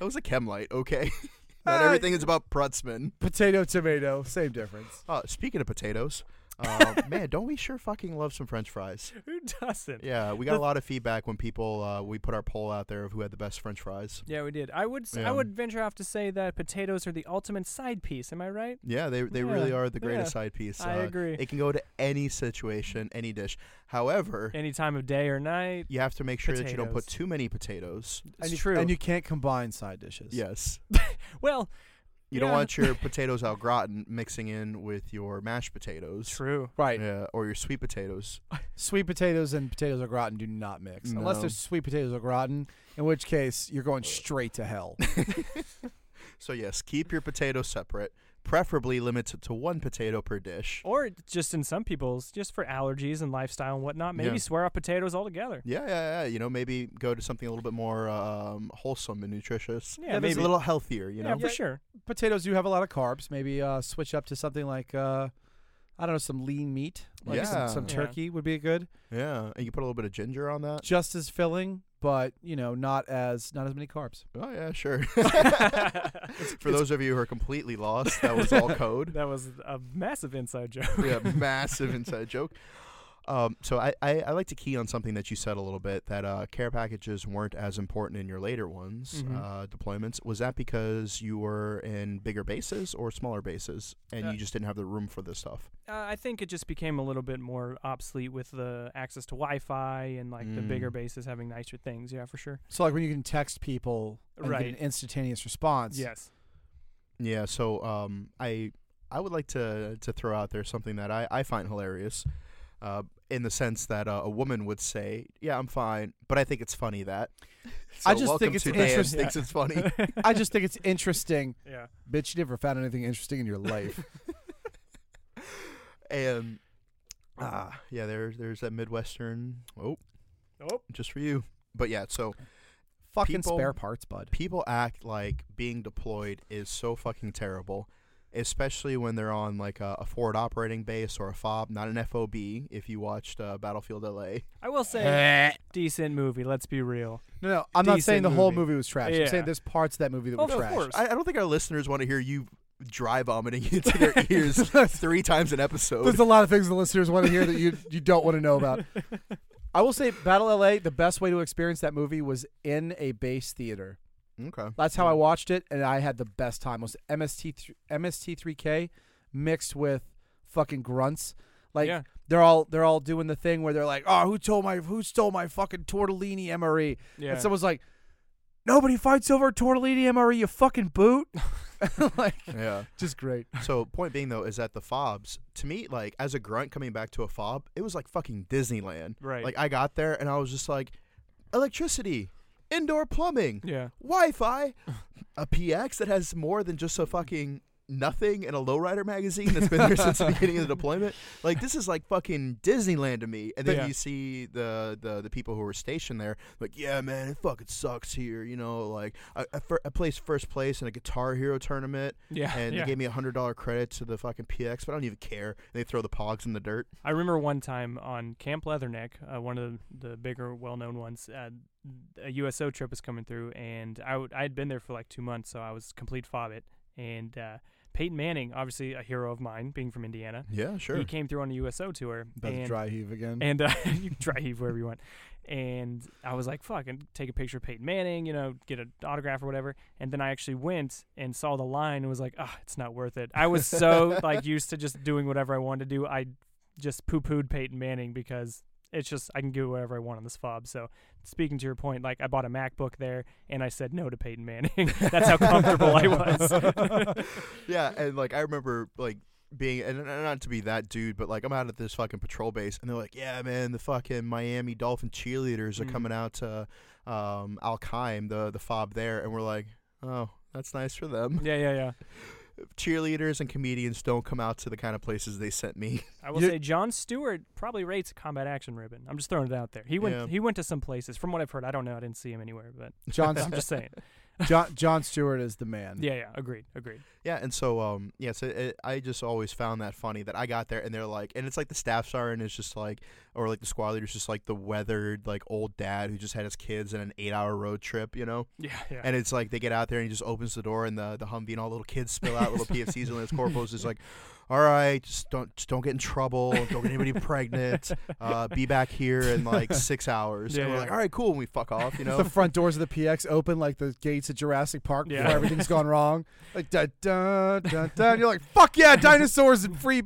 A: was a chem light, okay? [laughs]
C: Uh,
A: Not everything is about Prutzman.
C: Potato, tomato, same difference.
A: Uh, speaking of potatoes, uh,
B: [laughs]
A: man, don't we sure fucking love some french fries?
B: who doesn't
A: Yeah, we got a
B: The-
A: lot of feedback when people, uh, we put our poll out there of who had the best french fries.
B: yeah, we did. I would s I
A: Yeah.
B: I would venture off to say that potatoes are the ultimate side piece. Am I right?
A: Yeah, they, they
B: Yeah,
A: really are the greatest
B: yeah.
A: side piece.
B: I
A: uh,
B: agree.
A: It can go to any situation, any dish. However,
B: Any time of day or night.
A: you have to make sure that you don't put
B: Potatoes.
A: too many potatoes.
B: It's
C: and you,
B: true.
C: And you can't combine side dishes.
A: Yes.
B: well,
A: You don't
B: Yeah.
A: want
B: [laughs]
A: your potatoes au gratin mixing in with your mashed potatoes.
B: true.
C: Right.
A: Yeah, or your sweet potatoes.
C: Sweet potatoes and potatoes au gratin do not mix. Unless
A: No.
C: there's sweet potatoes au gratin, in which case you're going straight to
A: [laughs]
C: hell.
A: So yes, keep your potatoes separate. Preferably limit it to one potato per dish.
B: Or just in some people's, just for allergies and lifestyle and whatnot, maybe
A: Yeah.
B: swear off potatoes altogether.
A: Yeah, yeah, yeah. You know, maybe go to something a little bit more um, wholesome and nutritious.
B: Yeah,
A: Maybe
B: maybe.
A: a little healthier. You
B: yeah,
A: know.
B: for sure.
C: potatoes do have a lot of carbs. Maybe uh, switch up to something like, uh, I don't know, some lean meat. Like
A: Yeah.
C: some, some
B: Yeah.
C: turkey would be good.
A: Yeah, and you put a little bit of ginger on that.
C: Just as filling, but, you know, not as not as many carbs.
A: Oh yeah,
B: [laughs]
A: sure. [laughs] For those of you who are completely lost, that was all
B: [laughs]
A: code.
B: That was a massive inside joke.
A: yeah, massive inside joke. Um, so I, I, I like to key on something that you said a little bit that uh, care packages weren't as important in your later ones
B: Mhm.
A: uh, deployments. Was that because you were in bigger bases or smaller bases, and
B: Uh,
A: you just didn't have the room for this stuff?
B: [laughs] Uh, I think it just became a little bit more obsolete with the access to Wi-Fi and like the bigger
A: Mm.
B: bases having nicer things. Yeah, for sure.
C: So like when you can text people and
B: Right.
C: get an instantaneous response.
B: Yes.
A: Yeah. So um, I I would like to to throw out there something that I I find hilarious. Uh, in the sense that uh, a woman would say, "Yeah, I'm fine," but I think it's funny [laughs] that.
C: I just
A: welcome
C: think it's
A: to Dan [laughs]
C: interesting-
A: Thinks it's funny.
C: I just think it's interesting.
B: [laughs] yeah.
C: Bitch, you never found anything interesting in your life.
B: [laughs]
A: and ah, yeah, there, there's that Midwestern. Oh,
B: Oh.
A: just for you. But yeah, so
C: Fucking
A: People-
C: spare
B: [laughs]
C: parts, bud.
A: people act like being deployed is so fucking terrible, especially when they're on like a, a forward operating base or a FOB, not an FOB. If you watched uh, Battlefield LA,
B: I will say,
C: no,
B: decent movie. Let's be real.
C: no, I'm not saying
B: Decent
C: the whole
B: movie.
C: movie was trash. I'm
B: Yeah.
C: saying there's parts of that movie that
B: Of
C: were trash.
B: course.
A: I, I don't think our listeners want to hear you dry vomiting [laughs] into their
C: [laughs]
A: ears three times an episode.
C: There's a lot of things the listeners want to hear that you you don't want to know about. [laughs] I will say, Battle LA. The best way to experience that movie was in a base theater.
A: Okay.
C: That's how I watched it, and I had the best time. It was MST th- MST3K mixed with fucking grunts. Like
B: Yeah.
C: they're all they're all doing the thing where they're like, "Oh, who stole my who stole my fucking tortellini MRE?"
B: Yeah.
C: And someone's like, "Nobody fights over a tortellini MRE, you fucking boot." [laughs] like
A: Yeah.
C: just great.
A: So point being though is that the fobs to me like as a grunt coming back to a fob it was like fucking Disneyland.
B: Right.
A: Like I got there and I was just like electricity, indoor plumbing,
B: yeah.
A: Wi-Fi, a PX that has more than just a fucking nothing and a lowrider magazine that's been there since the beginning of the deployment. Like this is like fucking Disneyland to me. And then
B: Yeah.
A: you see the, the the people who were stationed there, like yeah, man, it fucking sucks here. You know, like I I, fir- I placed first place in a Guitar Hero tournament
B: Yeah.
A: and
B: yeah.
A: they gave me a hundred dollar credit to the fucking PX, but I don't even care. And they throw the pogs in the dirt.
B: I remember one time on Camp Leatherneck, uh, one of the, the bigger, well-known ones. Uh, a USO trip was coming through, and I would- I had been there for like two months, so I was complete fobbit. And uh, Peyton Manning, obviously a hero of mine, being from Indiana,
A: Yeah, sure.
B: he came through on a USO tour. and
C: dry heave again.
B: and uh, [laughs] you can dry heave wherever you want. And I was like, fuck, and take a picture of Peyton Manning, you know, get an autograph or whatever. And then I actually went and saw the line and was like, ah, it's not worth it. I was so like used to just doing whatever I wanted to do. I just poo pooed Peyton Manning because it's just I can do whatever I want on this fob. So speaking to your point, like I bought a MacBook there and I said no to Peyton Manning. [laughs] That's how comfortable
A: [laughs]
B: I was. [laughs]
A: yeah, and like I remember like being and and not to be that dude, but like I'm out at this fucking patrol base, and they're like, "Yeah, man, the fucking Miami Dolphin cheerleaders are
B: Mm.
A: coming out to um, Al Qaim, the the fob there," and we're like, "Oh, that's nice for them."
B: yeah, yeah, yeah.
A: Cheerleaders and comedians don't come out to the kind of places they sent me.
B: I will
C: You-
B: say John Stewart probably rates combat action ribbon. I'm just throwing it out there. He went
A: Yeah.
B: he went to some places. From what I've heard, I don't know. I didn't see him anywhere,
A: [laughs]
B: but [laughs]
C: John
B: I'm just saying.
C: John John Stewart is the man.
B: Yeah, yeah, agreed, agreed. [laughs]
A: Yeah, and so um, yeah, so it, I just always found that funny that I got there and they're like, and it's like the staff sergeant is just like, or like the squad leader is just like the weathered like old dad who just had his kids in an eight hour road trip, you know.
B: Yeah, yeah.
A: And it's like they get out there and he just opens the door and the the Humvee and all the little kids spill out little PFCs and his corporal's just like, all right, just don't just don't get in trouble, don't get anybody
B: [laughs]
A: pregnant, uh, be back here in like six hours.
B: Yeah,
A: and we're
B: yeah.
A: like, all right, cool, and we fuck off, you know.
C: The
B: [laughs]
C: front doors of the PX open like the gates at Jurassic Park
B: Yeah.
C: before
B: [laughs]
C: everything's gone wrong. Like da da da da. You're like, fuck yeah, dinosaurs and free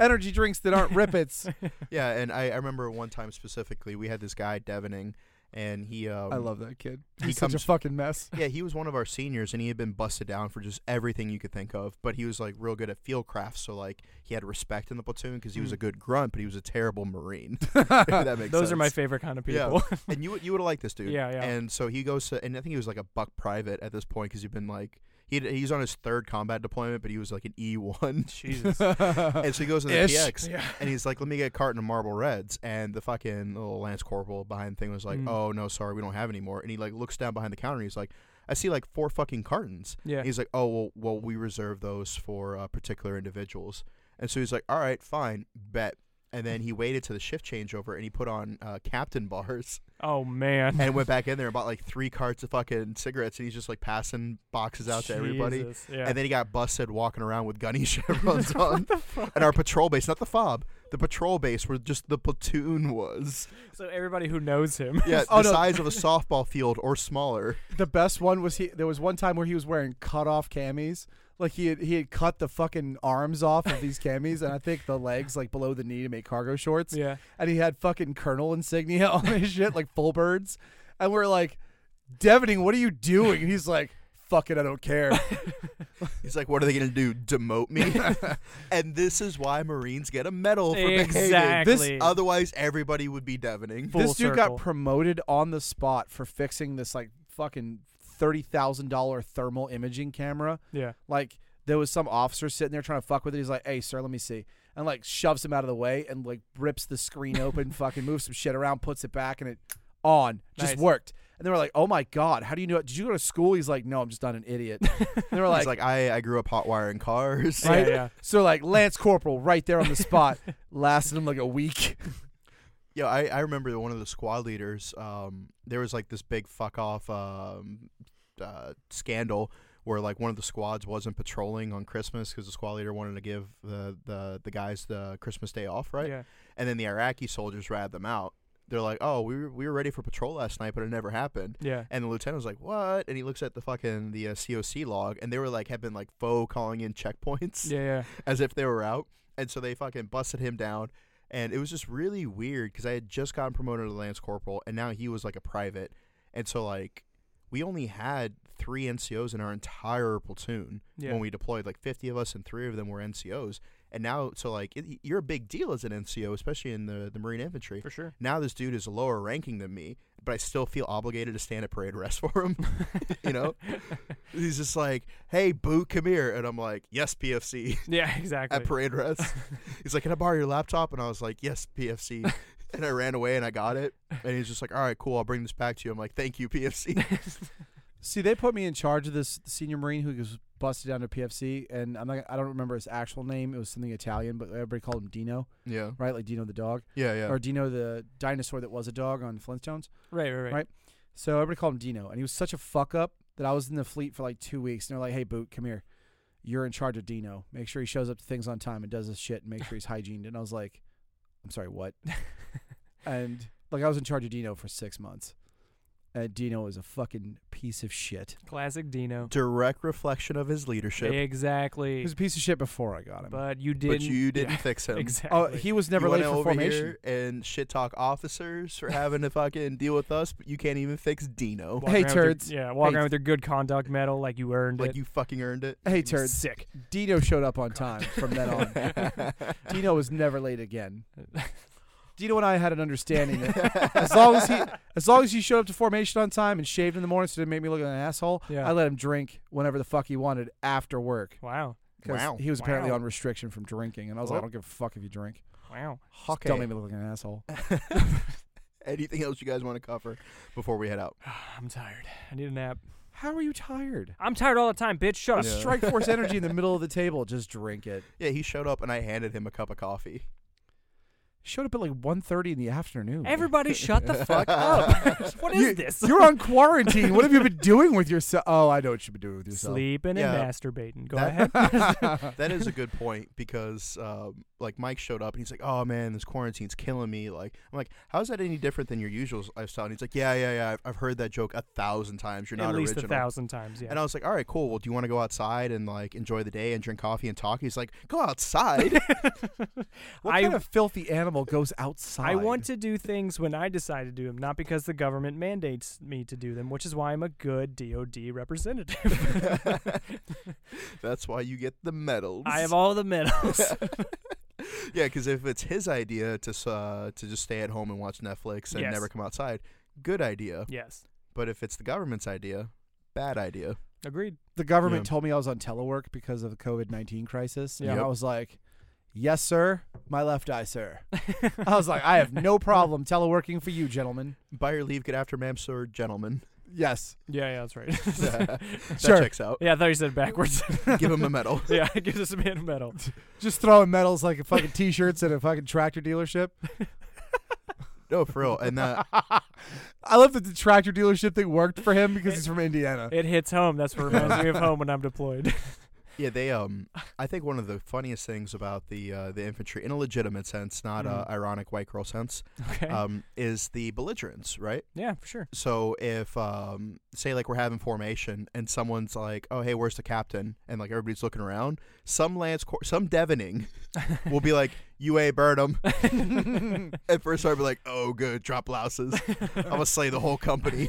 C: energy drinks that aren't
A: [laughs]
C: rippets.
A: yeah, and I, I remember one time specifically we had this guy Devoning. And he, um,
C: I love that kid.
A: He
C: He's such a
A: comes-
C: fucking
A: [laughs]
C: mess.
A: Yeah, he was one of our seniors, and he had been busted down for just everything you could think of. But he was like real good at field crafts, so like he had respect in the platoon because he was a good grunt, but he was a terrible marine. [laughs]
B: [laughs]
A: If
C: [laughs]
A: that makes
B: Mm. Those are my
A: sense.
B: favorite kind of
A: Yeah. [laughs]
B: people.
A: and you would- you would have liked this dude.
B: Yeah, yeah.
A: And so he goes to, and I think he was like a buck private at this point because he'd been like he he's on his third combat deployment, but he was like an E one.
B: Jesus.
A: [laughs] And so he goes in the
C: Ish.
A: PX,
B: Yeah.
A: and he's like, "Let me get a carton of Marble Reds." And the fucking little Lance Corporal behind the thing was like,
B: Mm.
A: "Oh no, sorry, we don't have any more." And he like looks down behind the counter, and he's like, "I see like four fucking cartons."
B: Yeah.
A: He's like, "Oh well, well we reserve those for uh, particular individuals." And so he's like, "All right, fine, bet." And then he waited to the shift changeover, and he put on uh, captain bars [laughs]
B: Oh man.
A: and went back in there and bought like three carts of fucking cigarettes, and he's just like passing boxes [laughs] out to everybody.
B: Jesus, Yeah.
A: And then he got busted walking around with
B: [laughs]
A: gunny [laughs] chevrons on. And our patrol base, not the fob, the patrol base where just the platoon
B: [laughs]
A: was.
B: so everybody who knows
A: [laughs]
B: him.
A: Yeah,
C: Oh,
A: the
C: no.
A: size of a softball field or smaller.
C: the best one was he. There was one time where he was wearing cut off camis. Like he had, he had cut the fucking arms off of these camis, and I think the legs like below the knee to make cargo shorts.
B: yeah.
C: and he had fucking colonel insignia [laughs] on his shit, like full birds. And we're like, Devoning, what are you doing? And he's like, fuck it, I don't care.
A: He's like, what are they going to do? Demote me? [laughs] and this is why Marines get a medal for behaving.
B: Exactly.
A: This, otherce, everybody would be devoning.
B: [laughs] Full
C: this dude
B: circle.
C: got promoted on the spot for fixing this like fucking $30,000 thermal imaging camera.
B: Yeah.
C: Like, there was some officer sitting there trying to fuck with it. He's like, hey, sir, let me see. And like shoves him out of the way and like rips
B: [laughs]
C: the screen open, fucking moves some shit around, puts it back, and it on. Just
B: Nice.
C: worked. And they were like, oh my God, how do you know it? Did you go to school? He's like, no, I'm just not an
B: [laughs]
C: idiot. And they were
A: He's like, I, I grew up hot wiring cars.
C: Right?
B: Yeah, yeah.
C: So like Lance Corporal right there on the spot [laughs] lasted him like a week.
A: [laughs] Yeah, I, I remember that one of the squad leaders. Um, there was like this big fuck off um, uh, scandal where like one of the squads wasn't patrolling on Christmas because the squad leader wanted to give the, the the guys the Christmas day off, right?
B: Yeah.
A: And then the Iraqi soldiers ratted them out. They're like, "Oh, we were, we were ready for patrol last night, but it never happened."
B: Yeah.
A: And the lieutenant was like, "What?" And he looks at the fucking the uh, COC log, and they were like, had been like faux calling in checkpoints
B: Yeah. Yeah.
A: [laughs] as if they were out. And so they fucking busted him down. And it was just really weird because I had just gotten promoted to Lance Corporal and now he was like a private. And so, like, we only had three NCOs in our entire platoon
B: Yeah.
A: when we deployed, like 50 of us, and three of them were NCOs. And now, so like, it, you're a big deal as an NCO, especially in the, the Marine Infantry.
B: For sure.
A: Now this dude is lower ranking than me, but I still feel obligated to stand at parade rest [laughs] for him. you
C: [laughs]
A: know? He's just like, hey, Boo, come here. And I'm like, yes, PFC
B: Yeah. [laughs] Exactly.
A: at parade rest.
C: [laughs]
A: he's like, "Can I borrow your laptop?" And I was like, "Yes, PFC." and I ran away and I got it. And he's just like, "All right, cool. I'll bring this back to you." I'm like, "Thank you,
C: [laughs]
A: PFC."
C: See, they put me in charge of this senior marine who was busted down to PFC, and I'm not, I don't remember his actual name. It was something Italian, but everybody called him Dino,
A: yeah,
C: right? Like Dino the dog,
A: yeah, yeah.
C: or Dino the dinosaur that was a dog on Flintstones.
B: right. Right. Right.
C: Right. So everybody called him Dino, and he was such a fuck up that I was in the fleet for like two weeks, and they're like, "Hey, Boot, come here. You're in charge of Dino. Make sure he shows up to things on time and does his shit, and make sure he's hygiened." And I was like, "I'm
A: [laughs]
C: sorry, what?" and like I was in charge of Dino for six months, and Dino was a fucking piece of shit.
B: Classic Dino.
A: Direct reflection of his leadership,
C: He
B: Exactly.
C: was a piece of shit before I got him.
B: But you didn't.
A: but you um, didn't
C: [laughs]
B: Yeah,
A: fix
B: [laughs]
A: him.
B: Exactly.
C: oh, he was never
A: you
C: late
A: went
C: for
A: over
C: formation.
A: here and shit talk officers for having to fucking deal with us, but you can't even fix Dino.
B: Walk
C: Hey,
B: around with your-
C: turds.
B: yeah. Walk
C: Hey.
B: around with your good conduct medal, like you earned
A: Like
B: it.
A: you fucking earned it.
C: Hey,
B: You're
C: turds.
B: Sick.
C: Dino showed
A: [laughs]
C: up on time from then on. Dino was never
A: [laughs]
C: late again. Dino and I had an understanding that as long as he as long as he showed up to formation on time and shaved in the morning so it didn't make me look like an asshole,
B: Yeah.
C: I let him drink whenever the fuck he wanted after work.
B: [laughs] Wow.
C: 'Cause
A: Wow.
C: He was apparently
B: Wow.
C: on restriction from drinking and I was like,
A: Oh.
C: I don't give a fuck if you drink.
B: Wow. [sighs]
C: Just
A: Okay.
C: Don't make me look like an asshole.
A: [laughs] Anything else you guys want to cover before we head out?
B: I'm tired. I need a nap.
C: How are you tired?
B: I'm tired all the time, bitch. Shut up.
A: Yeah.
C: Strike force energy in the middle
B: [laughs]
C: of the table, just drink it.
A: Yeah, he showed up and I handed him a cup of coffee.
C: Showed up at like 1.30 in the afternoon.
B: Everybody, shut the fuck up.
C: [laughs]
B: [laughs] what is
C: You-
B: this?
C: [laughs] You're on quarantine. What have you been doing with yourself? Oh, I know what you've been doing with yourself.
B: Sleeping
A: Yeah.
B: and masturbating. Go
A: That-
C: [laughs]
B: ahead.
A: [laughs]
B: [laughs]
A: that is a good point because um, like Mike showed up and he's like, "Oh man, this quarantine's killing me." Like I'm like, "How is that any different than your usual lifestyle?" And he's like, "Yeah, yeah, yeah. I've, I've heard that joke a thousand times. You're not
B: At least
A: original."
B: a thousand times. Yeah.
A: And I
C: uh,
A: was like, "All right, cool. Well, do you want to go outside and like enjoy the day and drink coffee and talk?" He's like, "Go outside."
C: What
B: I-
C: kind of filthy animal goes outside?
B: I want to do things when I decide to do them, not because the government mandates me to do them, which is why I'm a good DoD representative.
A: [laughs] That's why you get the medals. [laughs]
B: I have all the
C: [laughs]
B: medals.
A: yeah, because if it's his idea to s- uh, to just stay at home and watch Netflix and
B: Yes.
A: never come outside, good idea.
B: yes.
A: But if it's the government's idea, bad idea.
B: Agreed.
C: The government
A: Yeah.
C: told me I was on telework because of the COVID nineteen crisis,
B: Yeah.
C: and I
A: Yep.
C: was like, "Yes, sir. My left eye, sir." I was like, "I have no problem teleworking for you, gentlemen."
A: By your leave, get after ma'am, sir, gentlemen. [laughs]
C: Yes,
B: Yeah, yeah, that's right.
A: that
C: Sure.
A: checks out.
B: [laughs] yeah, I thought you said backwards.
A: Give him a medal.
B: [laughs] yeah, it gives us a man a medal.
C: just throwing medals like a fucking t-shirts at a fucking tractor dealership. [laughs]
A: No, for real. And uh, that
C: I love that the tractor dealership thing worked for him because he's from Indiana.
B: It hits home. That's what reminds me of home when I'm deployed.
A: yeah, they um I think one of the funniest things about the uh, the infantry in a legitimate sense, not uh,
B: Mhm.
A: ironic white girl sense,
B: Okay.
A: um, is the belligerents, right?
B: yeah, for sure.
A: So if um say like we're having formation and someone's like, "Oh, hey, where's the captain?" and like everybody's looking around, some Lance Cor- some Devoning will be like, "UA Burnham." At first I'd be like, "Oh, good, drop blouses. I'm gonna slay the whole company."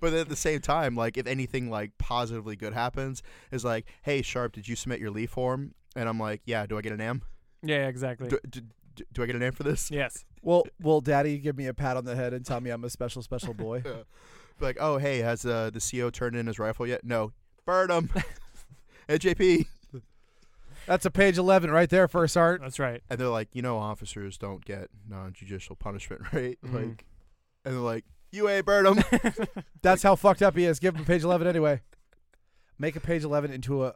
A: But at the same time, like if anything like positively good happens, is like, hey, Sharp, did you submit your leave form? And I'm like, yeah. Do I get an am?
B: Yeah, exactly.
A: Do, do, do- do I get an am for this?
B: yes.
C: Well, will Daddy give me a pat on the head and tell me I'm a special, special boy?
A: Like, oh, hey, has uh, the CO turned in his rifle yet? No. Burn him. [laughs] hey, JP.
C: That's a page eleven right there, first art.
B: That's right.
A: And they're like, you know, officers don't get non-judicial punishment, [laughs] right?
B: Mhm.
A: Like, and they're like, UA Burnham.
C: That's how fucked up he is. Give him page 11 anyway. Make a page 11 into a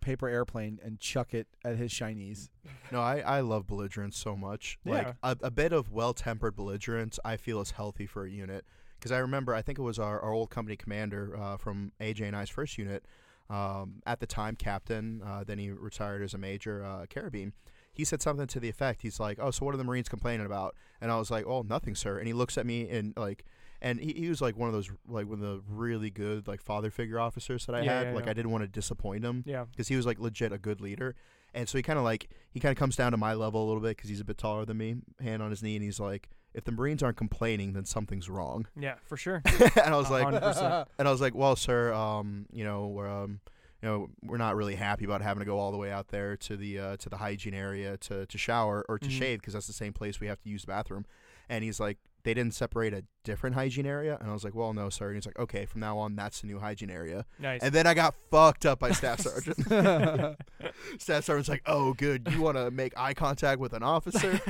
C: paper airplane and chuck it at his shinies.
A: no, I, I love belligerence so much. Like a, a bit of well-tempered belligerence, I feel is healthy for a unit. Because I remember, I think it was our, our old company commander uh, from AJ and I's first unit. um, at the time captain, uh, then he retired as a major uh, carabine. He said something to the effect, he's like, "Oh, so what are the Marines complaining about?" And I was like, "Oh, nothing, sir." And he looks at me and like, and he, he was like one of those like one of the really good like father figure officers that I
B: Yeah,
A: had.
B: yeah,
A: like
B: yeah.
A: I didn't want to disappoint him
B: Yeah.
A: because he was like legit a good leader. And so he kind of like he kind of comes down to my level a little bit because he's a bit taller than me, hand on his knee, and he's like, "If the Marines aren't complaining, then something's wrong." [laughs]
B: Yeah. For sure.
A: and I was like,
B: 100%.
A: [laughs] and I was like, "Well, sir, um, you know, we're um, you know, we're not really happy about having to go all the way out there to the uh, to the hygiene area to, to shower or to
B: Mhm.
A: shave because that's the same place we have to use the bathroom." And he's like, "They didn't separate a different hygiene area," and I was like, "Well, no, sir." And he's like, "Okay, from now on, that's the new hygiene area."
B: Nice.
A: And then I got fucked up by staff sergeant. [laughs]
C: yeah,
A: staff sergeant's like, "Oh, good, you want to make eye contact with an officer?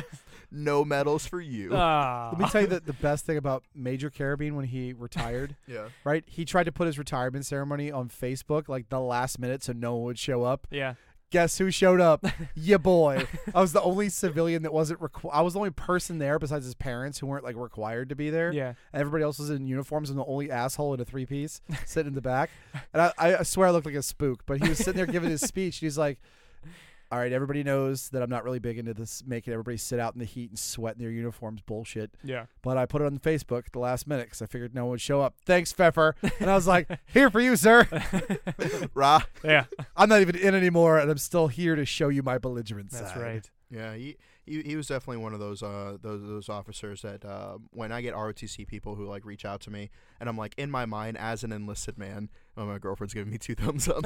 A: no medals for you."
B: Ah.
C: Let me tell you the, the best thing about Major Carabine when he retired,
A: yeah.
C: right? He tried to put his retirement ceremony on Facebook like the last minute so no one would show up.
B: [laughs] yeah.
C: Guess who showed up? yeah, boy. I was the only civilian that wasn't requ- I was the only person there besides his parents who weren't like required to be there.
B: Yeah.
C: And everybody else was in uniforms. I'm the only asshole in a
B: [laughs]
C: three piece sitting in the back. And I, I swear I looked like a spook, but he was sitting there giving his speech. And he's like, All right, everybody knows that I'm not really big into this making everybody sit out in the heat and sweat in their uniforms bullshit.
B: Yeah.
C: But I put it on Facebook at the last minute because I figured no one would show up. Thanks, Pfeffer. And I
B: [laughs]
C: was like, Here for you, sir.
A: Rah.
B: Yeah.
C: I'm not even in anymore, and I'm still here to show you my belligerent
B: That's
C: side.
B: right.
A: Yeah, he, he he was definitely one of those uh those those officers that uh, when I get ROTC people who like reach out to me and I'm like in my mind as an enlisted man, oh my girlfriend's giving me two thumbs up.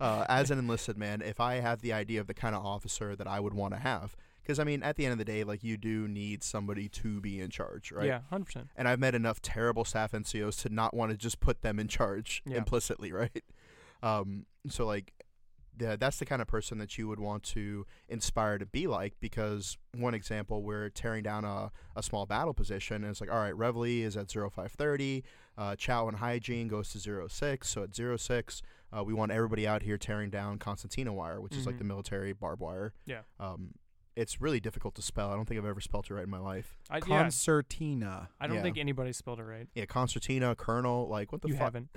A: uh, as an enlisted man, if I have the idea of the kind of officer that I would want to have, because I mean at the end of the day, like you do need somebody to be in charge, right?
B: Yeah. Hundred percent.
A: And I've met enough terrible staff NCOs to not want to just put them in charge
B: Yeah.
A: implicitly, [laughs] right? Um, so like the, that's the kind of person that you would want to inspire to be like because one example we're tearing down a, a small battle position and it's like all right Reveille is at 0530 uh, chow and hygiene goes to 06 so at 06 uh, we want everybody out here tearing down constantina wire which is like
B: Mhm.
A: the military barbed wire
B: Yeah.
A: um, it's really difficult to spell i don't think i've ever spelled it right in my life
B: I, yeah.
C: Concertina.
B: I don't
A: yeah.
B: think anybody spelled it right.
A: yeah concertina colonel like what the
B: you
A: fuck
B: haven't.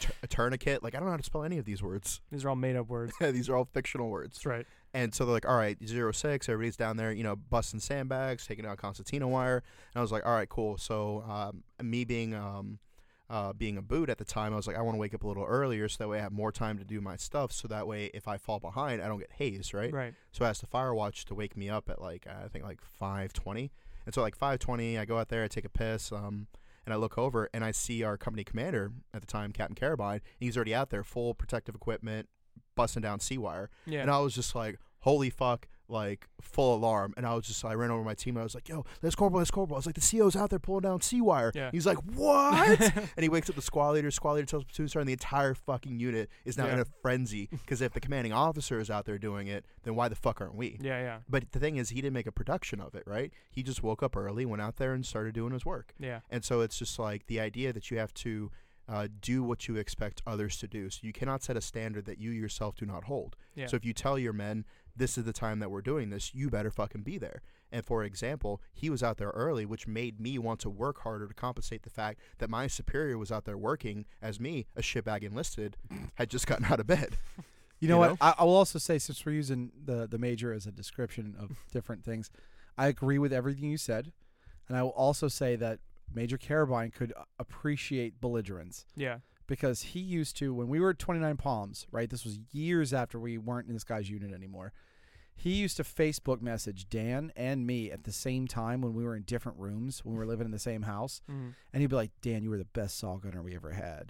A: Tur- a tourniquet like i don't know how to spell any of these words [laughs]
B: These are all made up words.
A: these are all fictional words
B: That's right.
A: And so they're like, all right, zero six, everybody's down there, you know, busting sandbags, taking out Constantino wire. And I was like, all right, cool. So um, me being um, uh, being a boot at the time, I was like, I want to wake up a little earlier so that way I have more time to do my stuff. So that way, if I fall behind, I don't get hazed, right?
B: Right.
A: So I asked the fire watch to wake me up at like uh, I think like five twenty. And so like five twenty, I go out there, I take a piss, um, and I look over and I see our company commander at the time, Captain Carabine, and he's already out there, full protective equipment, busting down sea wire.
B: Yeah.
A: And I was just like, holy fuck, like full alarm. And I was just, I ran over to my team. I was like, yo, let's corporal, let's corporal. I was like, the CO's out there pulling down sea wire.
B: Yeah.
A: He's like,
B: [laughs]
A: what? and he wakes up the squad leader. Squad leader tells platoon sergeant, the entire fucking unit is now
B: Yeah.
A: in a frenzy because if the commanding officer is out there doing it, then why the fuck aren't we?
B: yeah. Yeah.
A: But the thing is, he didn't make a production of it, right? He just woke up early, went out there, and started doing his work.
B: Yeah.
A: And so it's just like the idea that you have to uh, do what you expect others to do. So you cannot set a standard that you yourself do not hold.
B: Yeah.
A: So if you tell your men, this is the time that we're doing this, you better fucking be there. And for example, he was out there early, which made me want to work harder to compensate the fact that my superior was out there working as me, a shitbag enlisted, had just gotten out of bed.
C: You know
A: You
C: what?
A: know?
C: I, I will also say, since we're using the, the major as a description of
A: [laughs]
C: different things, I agree with everything you said. And I will also say that Major Carabine could uh, appreciate belligerence
B: Yeah.
C: because he used to, when we were at 29 Palms, right? This was years after we weren't in this guy's unit anymore. He used to Facebook message Dan and me at the same time when we were in different rooms, when we were living in the same house.
B: Mm.
C: And he'd be like, Dan, you were the best saw gunner we ever had.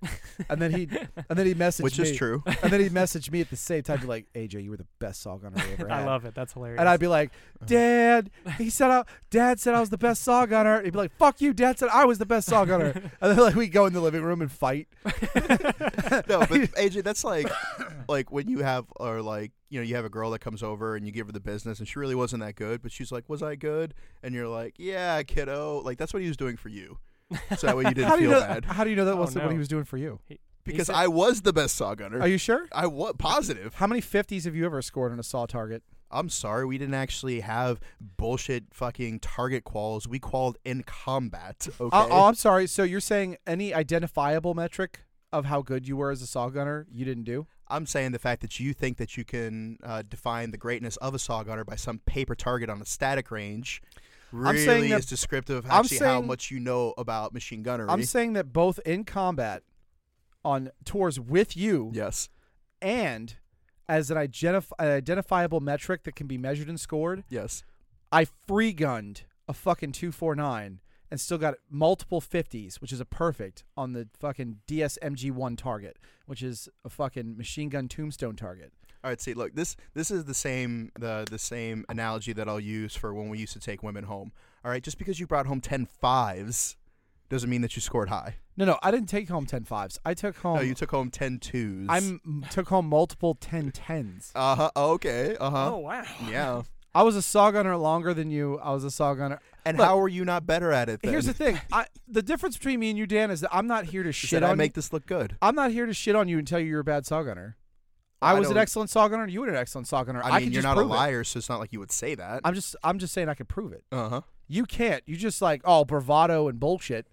B: [laughs]
C: and then he'd, and then he'd message
A: Which
C: me
A: is true.
C: and then he messaged me at the same time, be like, AJ, you were the best saw gunner I ever had.
B: [laughs] I love it. That's hilarious.
C: And I'd be like,
A: Uh-huh.
C: Dad, he said, I, Dad said I was the best saw gunner. He'd be like, Fuck you, Dad said I was the best
B: [laughs]
C: saw gunner. And then like we go in the living room and fight.
B: [laughs]
A: no, but
C: [laughs]
A: AJ, that's like, like when you have or like you know you have a girl that comes over and you give her the business and she really wasn't that good, but she's like, "Was I good?" And you're like, "Yeah, kiddo." Like that's what he was doing for you, so that way you
C: [laughs]
A: didn't
C: How do you
A: feel
C: know?
A: bad
C: How do you know that
B: Oh,
C: wasn't what he
B: no.
C: was doing for you?
B: He
A: because
B: said-
A: I was the best saw gunner.
C: Are you sure?
A: I was positive.
C: How many fifties have you ever scored on a saw target?
A: I'm sorry, we didn't actually have bullshit fucking target quals. We called in combat. Okay.
C: Uh, Oh, oh, I'm sorry. So you're saying any identifiable metric of how good you were as a saw gunner, you didn't do.
A: I'm saying the fact that you think that you can uh, define the greatness of a saw gunner by some paper target on a static range
C: I'm
A: really
C: saying that-
A: is descriptive of
C: I'm
A: actually how
C: saying-
A: much you know about machine gunnery.
C: I'm saying that both in combat, on tours with you,
A: yes.
C: and as an, identif- an identifiable metric that can be measured and scored,
A: Yes.
C: I free gunned a fucking 249 and still got multiple 50s, which is a perfect on the fucking DSMG 1 target, which is a fucking machine gun tombstone target.
A: All right, see, look, this this is the same the the same analogy that I'll use for when we used to take women home. All right, just because you brought home 10 fives doesn't mean that you scored high.
C: No, no, I didn't take home 10 fives. I took home
A: no, you took home 10 twos.
C: I m- took home multiple 10 10s.
A: uh huh. Okay. [laughs] Uh huh.
B: Oh wow.
C: [laughs]
A: Yeah.
C: I was a saw gunner longer than you. I was a saw gunner.
A: And
C: Look,
A: how are you not better at it? Then?
C: Here's the thing. I, the difference between me and you, Dan, is that I'm not here to
A: Is
C: shit
A: that
C: on
A: I make
C: you.
A: this look good.
C: I'm not here to shit on you and tell you you're a bad saw gunner. I,
A: I
C: was an
A: don't-
C: excellent saw gunner. and You were an excellent saw gunner.
A: I
C: I,
A: mean,
C: can
A: you're
C: just
A: not a
C: prove it.
A: liar, so it's not like you would say that.
C: I'm just I'm just saying I could prove it.
A: Uh huh.
C: You can't. You just like oh bravado and bullshit,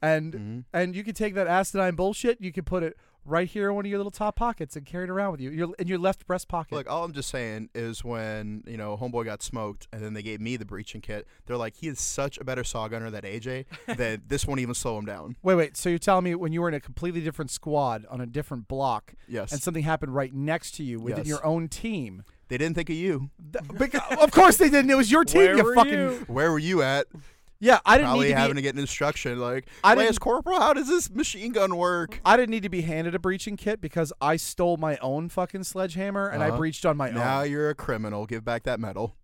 C: and
A: Mhm.
C: and you can take that asinine bullshit. You can put it right here in one of your little top pockets and carry it around with you. Your in your left breast pocket.
A: Look, all I'm just saying is when you know homeboy got smoked, and then they gave me the breaching kit. They're like, he is such a better saw gunner than [laughs] AJ that this won't even slow him down.
C: Wait, wait. So you're telling me when you were in a completely different squad on a different block,
A: Yes,
C: and something happened right next to you within
A: Yes.
C: your own team?
A: they didn't think of you.
C: Th- beca- of course they didn't. It was your team.
B: Where
C: you
B: were
C: fucking
B: you?
A: Where were you [laughs] at?
C: yeah. I didn't
A: Probably
C: need to
A: having
C: be.
A: to get an instruction like,
C: I
A: Lance
C: didn't-
A: Corporal, how does this machine gun work?
C: I didn't need to be handed a breaching kit because I stole my own fucking sledgehammer and I
A: Uh-huh.
C: breached on my
A: Now
C: own.
A: you're a criminal. Give back that medal.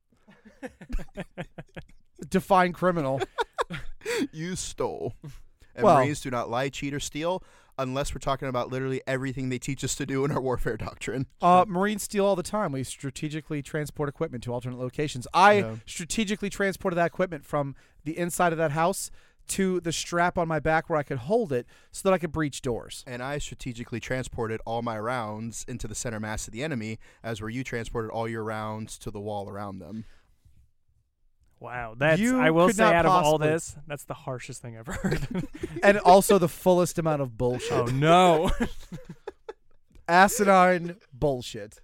A: [laughs]
C: Define criminal.
A: [laughs] you stole. And
C: Well-
A: Marines do not lie, cheat, or steal unless we're talking about literally everything they teach us to do in our warfare doctrine.
C: Uh, Marines steal all the time. We strategically transport equipment to alternate locations. I
A: Yeah.
C: strategically transported that equipment from the inside of that house to the strap on my back where I could hold it so that I could breach doors.
A: And I strategically transported all my rounds into the center mass of the enemy, as where you transported all your rounds to the wall around them.
B: Wow. That's
C: You
B: I will
C: could
B: say
C: not
B: out of all
C: possibly-
B: this, that's the harshest thing I've heard.
C: and
A: [laughs]
C: also the fullest amount of bullshit.
B: oh [laughs] no.
C: Asinine bullshit.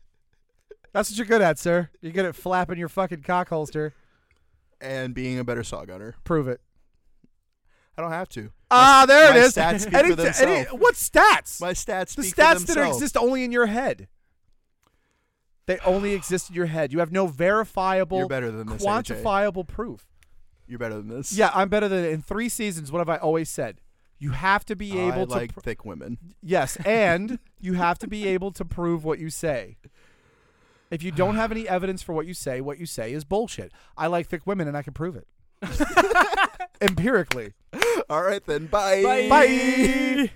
C: That's what you're good at, sir. You're good at flapping your fucking cock holster.
A: And being a better saw gunner.
C: Prove it.
A: I don't have to.
C: Ah, there
A: my
C: it is.
A: stats speak
C: Any-
A: for
C: any-
A: themselves.
C: what stats?
A: My stats
C: the
A: speak for
C: stats that
A: themselves.
C: exist only in your head. They only
A: [sighs]
C: exist in your head. You have no
A: You're
C: verifiable,
A: better than this. AJ.
C: quantifiable proof.
A: You're better than this.
C: Yeah, I'm better than in three seasons. What have I always said? You have to be
A: I
C: able to.
A: like
C: pr-
A: thick women.
C: yes, and you have to be able to prove what you say. If you don't have any evidence for what you say, what you say is bullshit. I like thick women, and I can
A: [laughs]
C: prove it empirically.
A: All right then. Bye.
C: Bye.